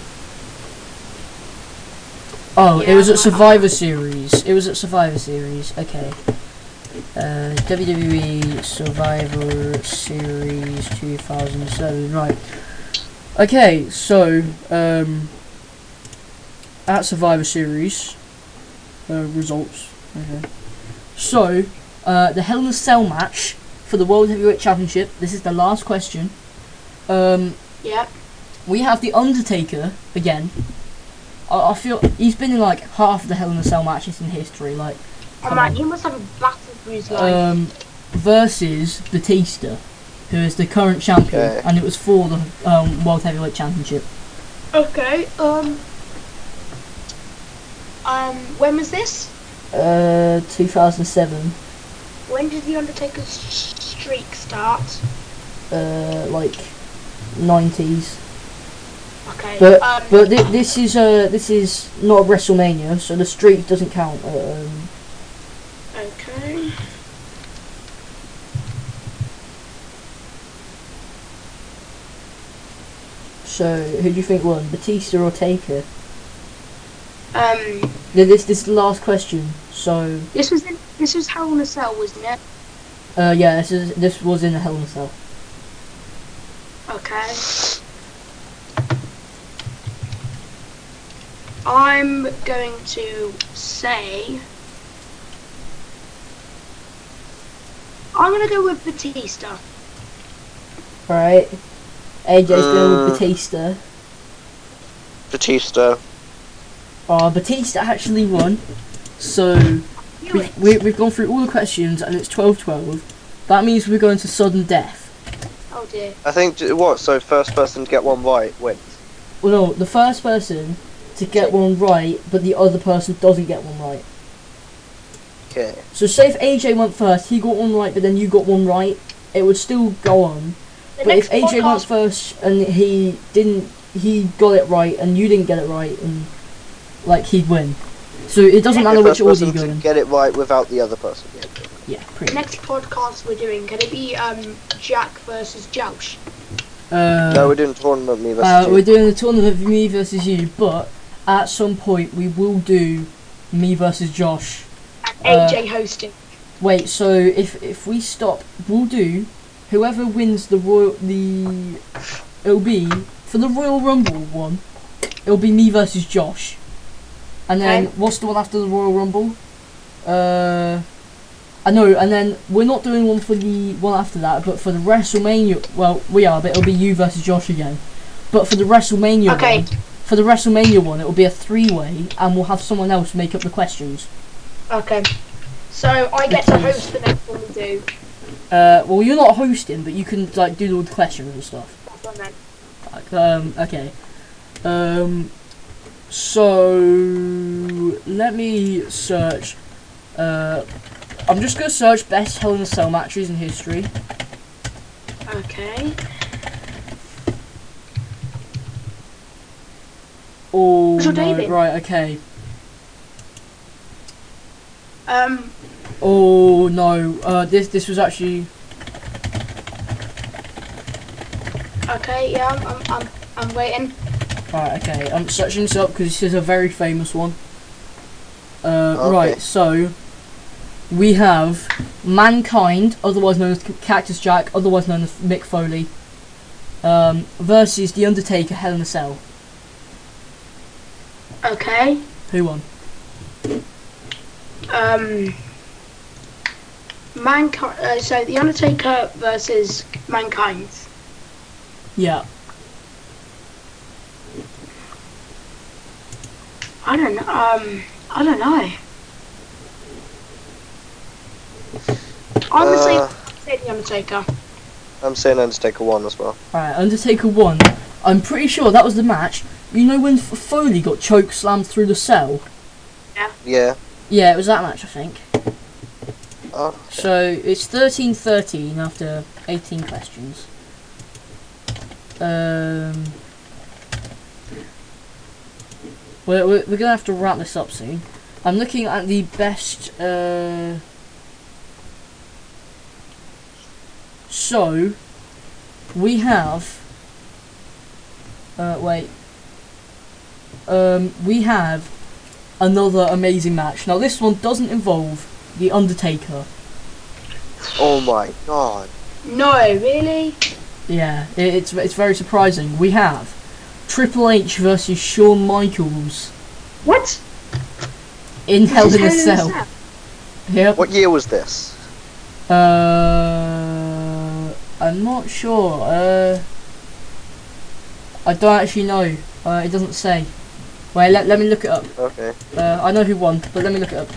Oh, it
Yeah,
was at
well,
Survivor Series. It was at Survivor Series. Okay. Uh, WWE Survivor Series 2007. Right. Okay, so um, at Survivor Series uh, results. Okay. So uh, the Hell in a Cell match for the World Heavyweight Championship. This is the last question. Um,
yeah.
we have the Undertaker again. I, I feel he's been in like half the Hell in a Cell matches in history, like
I'm like, he must have a battle through his life.
um, versus Batista, who is the current champion,
Okay.
and it was for the um, World Heavyweight Championship.
Okay. Um. Um. When was this?
Uh, 2007.
When did the Undertaker's streak start?
Uh, like 90s.
Okay.
But
um,
but thi- this is uh this is not a WrestleMania, so the streak doesn't count. Um,
okay.
so who do you think won, Batista or Taker?
Um.
Th- This this is the last question. So
This was in, this was Hell in a Cell, wasn't it?
uh, yeah, this is this was in the Hell in a Cell.
Okay. I'm going to say. I'm gonna go with Batista.
Right. AJ's going
Uh.
with Batista.
Batista.
Oh, Batista actually won. So we, we, we've gone through all the questions and it's 12 12. That means we're going to sudden death.
Oh Oh dear.
I think j- what? So first person to get one right wins.
Well, no, the first person to get one right, but the other person doesn't get one right.
Okay.
So say if AJ went first, he got one right, but then you got one right, it would still go on.
The
but if
next
AJ went
podcast,
first and he didn't, he got it right and you didn't get it right, and like he'd win. So it doesn't
The
matter which
first
order you
person
go
to
in.
get it right without the other person.
Yeah,
the
pretty. much.
next podcast we're doing can it be um Jack versus Joush?
Uh,
No, we're doing tournament me versus
uh,
you.
we're doing the tournament of me versus you, but at some point we will do me versus Josh.
And
Uh,
AJ hosting.
Wait, so if if we stop, we'll do whoever wins the royal the it'll be for the Royal Rumble one. It'll be me versus Josh, and then
Okay.
what's the one after the Royal Rumble? Uh, I know, and then we're not doing one for the one after that, but for the WrestleMania, well, we are, but it'll be you versus Josh again. But for the WrestleMania
Okay.
one, for the WrestleMania one, it'll be a three-way, and we'll have someone else make up the questions.
Okay. So I get to host the next one we do.
Uh, well, you're not hosting, but you can like do all the questions and stuff.
That's what I meant.
Like, um, okay. Um, so let me search. Uh, I'm just gonna search best Hell in a Cell matches in history.
Okay.
Oh
So,
no!
David.
Right, okay.
Um.
Oh no! Uh, this this was actually
Okay. Yeah. I'm. I'm. I'm, I'm waiting.
right. Okay, I'm searching this up because this is a very famous one. Uh,
Okay.
right. So we have mankind, otherwise known as Cactus Jack, otherwise known as Mick Foley, um, versus the Undertaker, Hell in a Cell.
Okay.
Who won?
Um. Mankind. Uh, so the Undertaker versus Mankind.
Yeah.
I don't. know, Um. I don't know. I'm gonna say-
Uh,
say the Undertaker.
I'm saying Undertaker one as well.
All right. Undertaker won. I'm pretty sure that was the match. You know when F- Foley got choke slammed through the cell?
Yeah.
Yeah, it was that match, I think.
Oh,
So it's thirteen thirteen after eighteen questions. Um, we're, we're, we're gonna have to wrap this up soon. I'm looking at the best. Uh, so we have. Uh, wait. Um, we have another amazing match. Now this one doesn't involve the Undertaker.
oh my god.
No, really.
Yeah, it, it's it's very surprising. We have Triple H versus Shawn Michaels
What?
in Hell
This
in a
is Hell in a
Cell. Yep.
What year was this?
Uh, I'm not sure. Uh, I don't actually know. Uh, it doesn't say. Wait, let, let me look it up.
Okay.
Uh, I know who won, but let me look it up.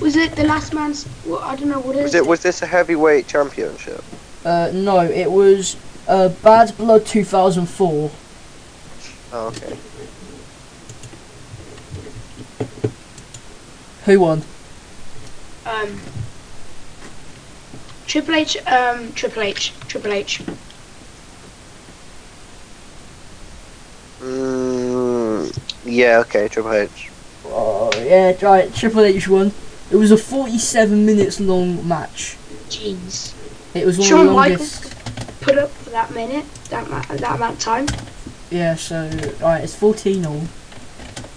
Was it the last man's? Well, I don't know what
Was
is
it? Was this a heavyweight championship?
Uh, no, it was uh, Bad Blood 2004.
Oh, okay.
Who won?
Um, Triple H, um, Triple H, Triple H.
Mm, yeah. Okay. Triple H.
Oh, yeah, right, Triple H won. It was a 47 minutes long match.
Jeez.
It was one of
Shawn
the
Michaels
longest.
put up for that minute, that ma- that amount of time.
Yeah, so alright, it's fourteen all.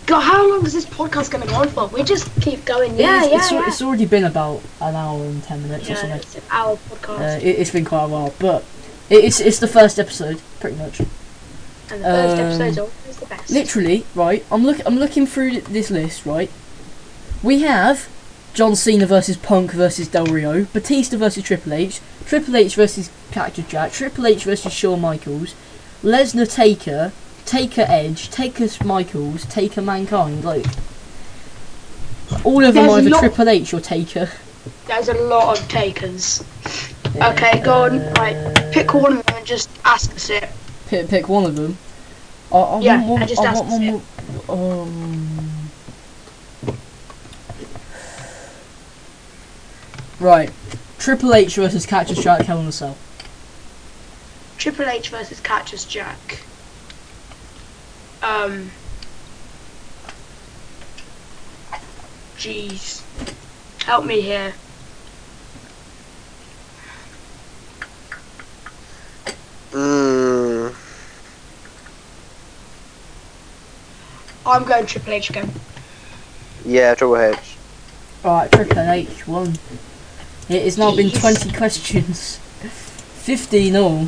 God, how long is this podcast gonna go on for? We just keep going. Yeah,
it's,
yeah,
it's,
yeah.
it's already been about an hour and ten minutes or
yeah,
something.
it's an hour
Uh,
podcast.
it, it's been quite a while, but it, it's it's the first episode, pretty much.
and the first
um,
episode's always the best.
Literally, right? I'm look I'm looking through this list, right? We have John Cena versus Punk versus Del Rio, Batista versus Triple H, Triple H versus Cactus Jack, Triple H versus Shawn Michaels, Lesnar Taker, Taker Edge, Taker Michaels, Taker Mankind, like all of them
There's
either
lot-
Triple H or Taker.
There's a lot of takers. Okay, go on. Right, pick one of them and just ask us it.
Pick, pick one of them. I, I
Yeah,
want one,
I just asked
want one
it.
more. Um. Right, Triple H versus Catcher Shark Hell in a Cell.
Triple H versus Catcher's Jack. Um. Jeez, help me here.
Mm,
I'm going Triple H again.
yeah, Triple H.
Alright, Triple H won. It has now been
Jeez.
20 questions. 15 all.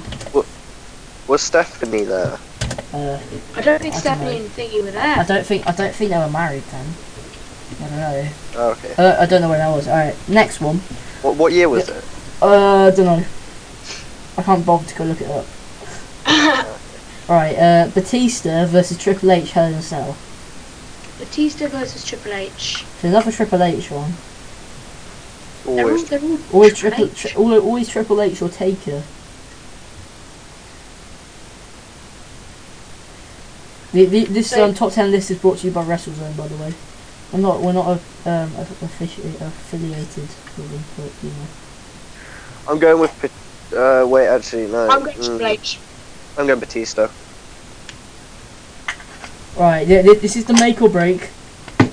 Was Stephanie there?
Uh,
I
I
don't think
don't
Stephanie
know.
and Thingy were
I
there.
don't think I don't think they were married then. I don't know. Uh,
Oh, okay.
I don't, I don't know when that was. Alright, next one.
What, what year was it?
Uh, I don't know. I can't bother to go look it
*laughs*
up. Alright, uh, Batista versus Triple H Hell in a Cell.
Batista versus Triple H.
So another Triple H one.
They're all,
Always.
they're all
Always
Triple
Triple,
H.
tri- always, always Triple H or Taker. The, the, this
So-
um, top ten list is brought to you by WrestleZone, by the way. We're not we're not a, um, a, offici- affiliated with them, but you know.
I'm going with. Pa- Uh, wait, actually, no.
I'm going Triple
Mm,
H.
I'm going Batista.
Right, yeah, thi- this is the make or break.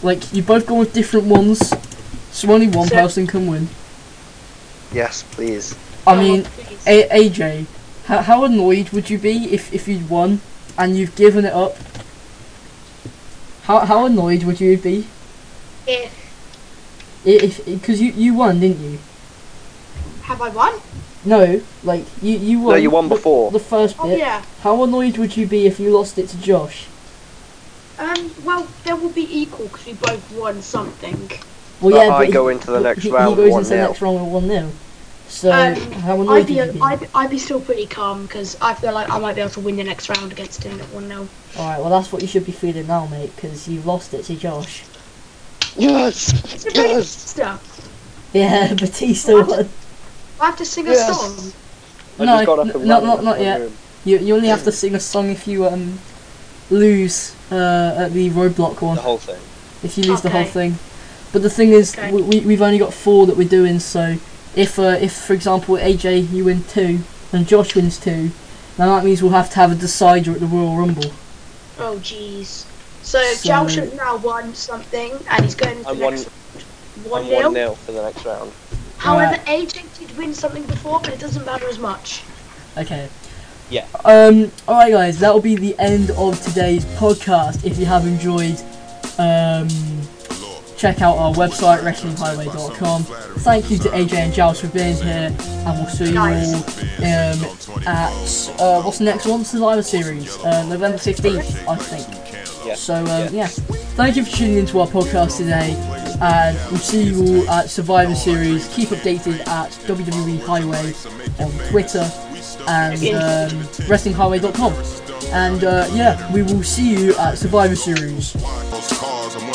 Like you both go with different ones, so only one
So-
person can win.
Yes, please.
I
Oh,
mean, eh.
please.
A- AJ, how, how annoyed would you be if, if you'd won and you've given it up? How, how annoyed would you be
Eh,
I- if because you, you won didn't you?
have I won?
No, like you you won.
No, you won
the-
before.
the first bit.
Oh yeah.
How annoyed would you be if you lost it to Josh?
Um. Well, there will be equal because we both won something.
Well,
But
yeah,
I
but
go
he,
into the
he-
next
he,
round
He goes into the
1-0.
next round with one 0 So
Um,
how annoyed
I'd
would
be,
you be?
I'd, I'd be still pretty calm because I feel like I might be able to win the next round against him at 1 0.
Alright, well that's what you should be feeling now, mate, because you lost it to Josh. *laughs*
Yes!
Yeah, *laughs* Batista
What?
won.
I have to sing a
Yes.
song.
I
No,
just got up
n-
and
not-
ran
not-
out
not
of my
yet.
room.
You, you only have to sing a song if you um lose uh, at the roadblock
The
one.
whole thing.
If you lose the whole
Okay.
thing. But the thing is,
Okay.
we, we, we've only got four that we're doing. So if uh, if for example AJ you win two and Josh wins two, now that means we'll have to have a decider at the Royal Rumble.
Oh, jeez. So,
So-
Jalship's now won something and he's going to
I'm
the
one-
next
I'm
1
1
0.
0 for the next round.
However, AJ did win something before, but it doesn't matter as much.
Okay.
Yeah.
Um. All right, guys. That will be the end of today's podcast. If you have enjoyed, um, check out our website wrestlinghighway.com. Thank you to AJ and Giles for being here, and we'll see you all um, at uh, what's the next one? Survivor Series, uh, November fifteenth, I think.
Yeah.
So um, yeah, thank you for tuning into our podcast today, and we'll see you all at Survivor Series. Keep updated at WWE Highway on Twitter and um, uh, WrestlingHighway.com. And uh, yeah, we will see you at Survivor Series.
Those cars, I'm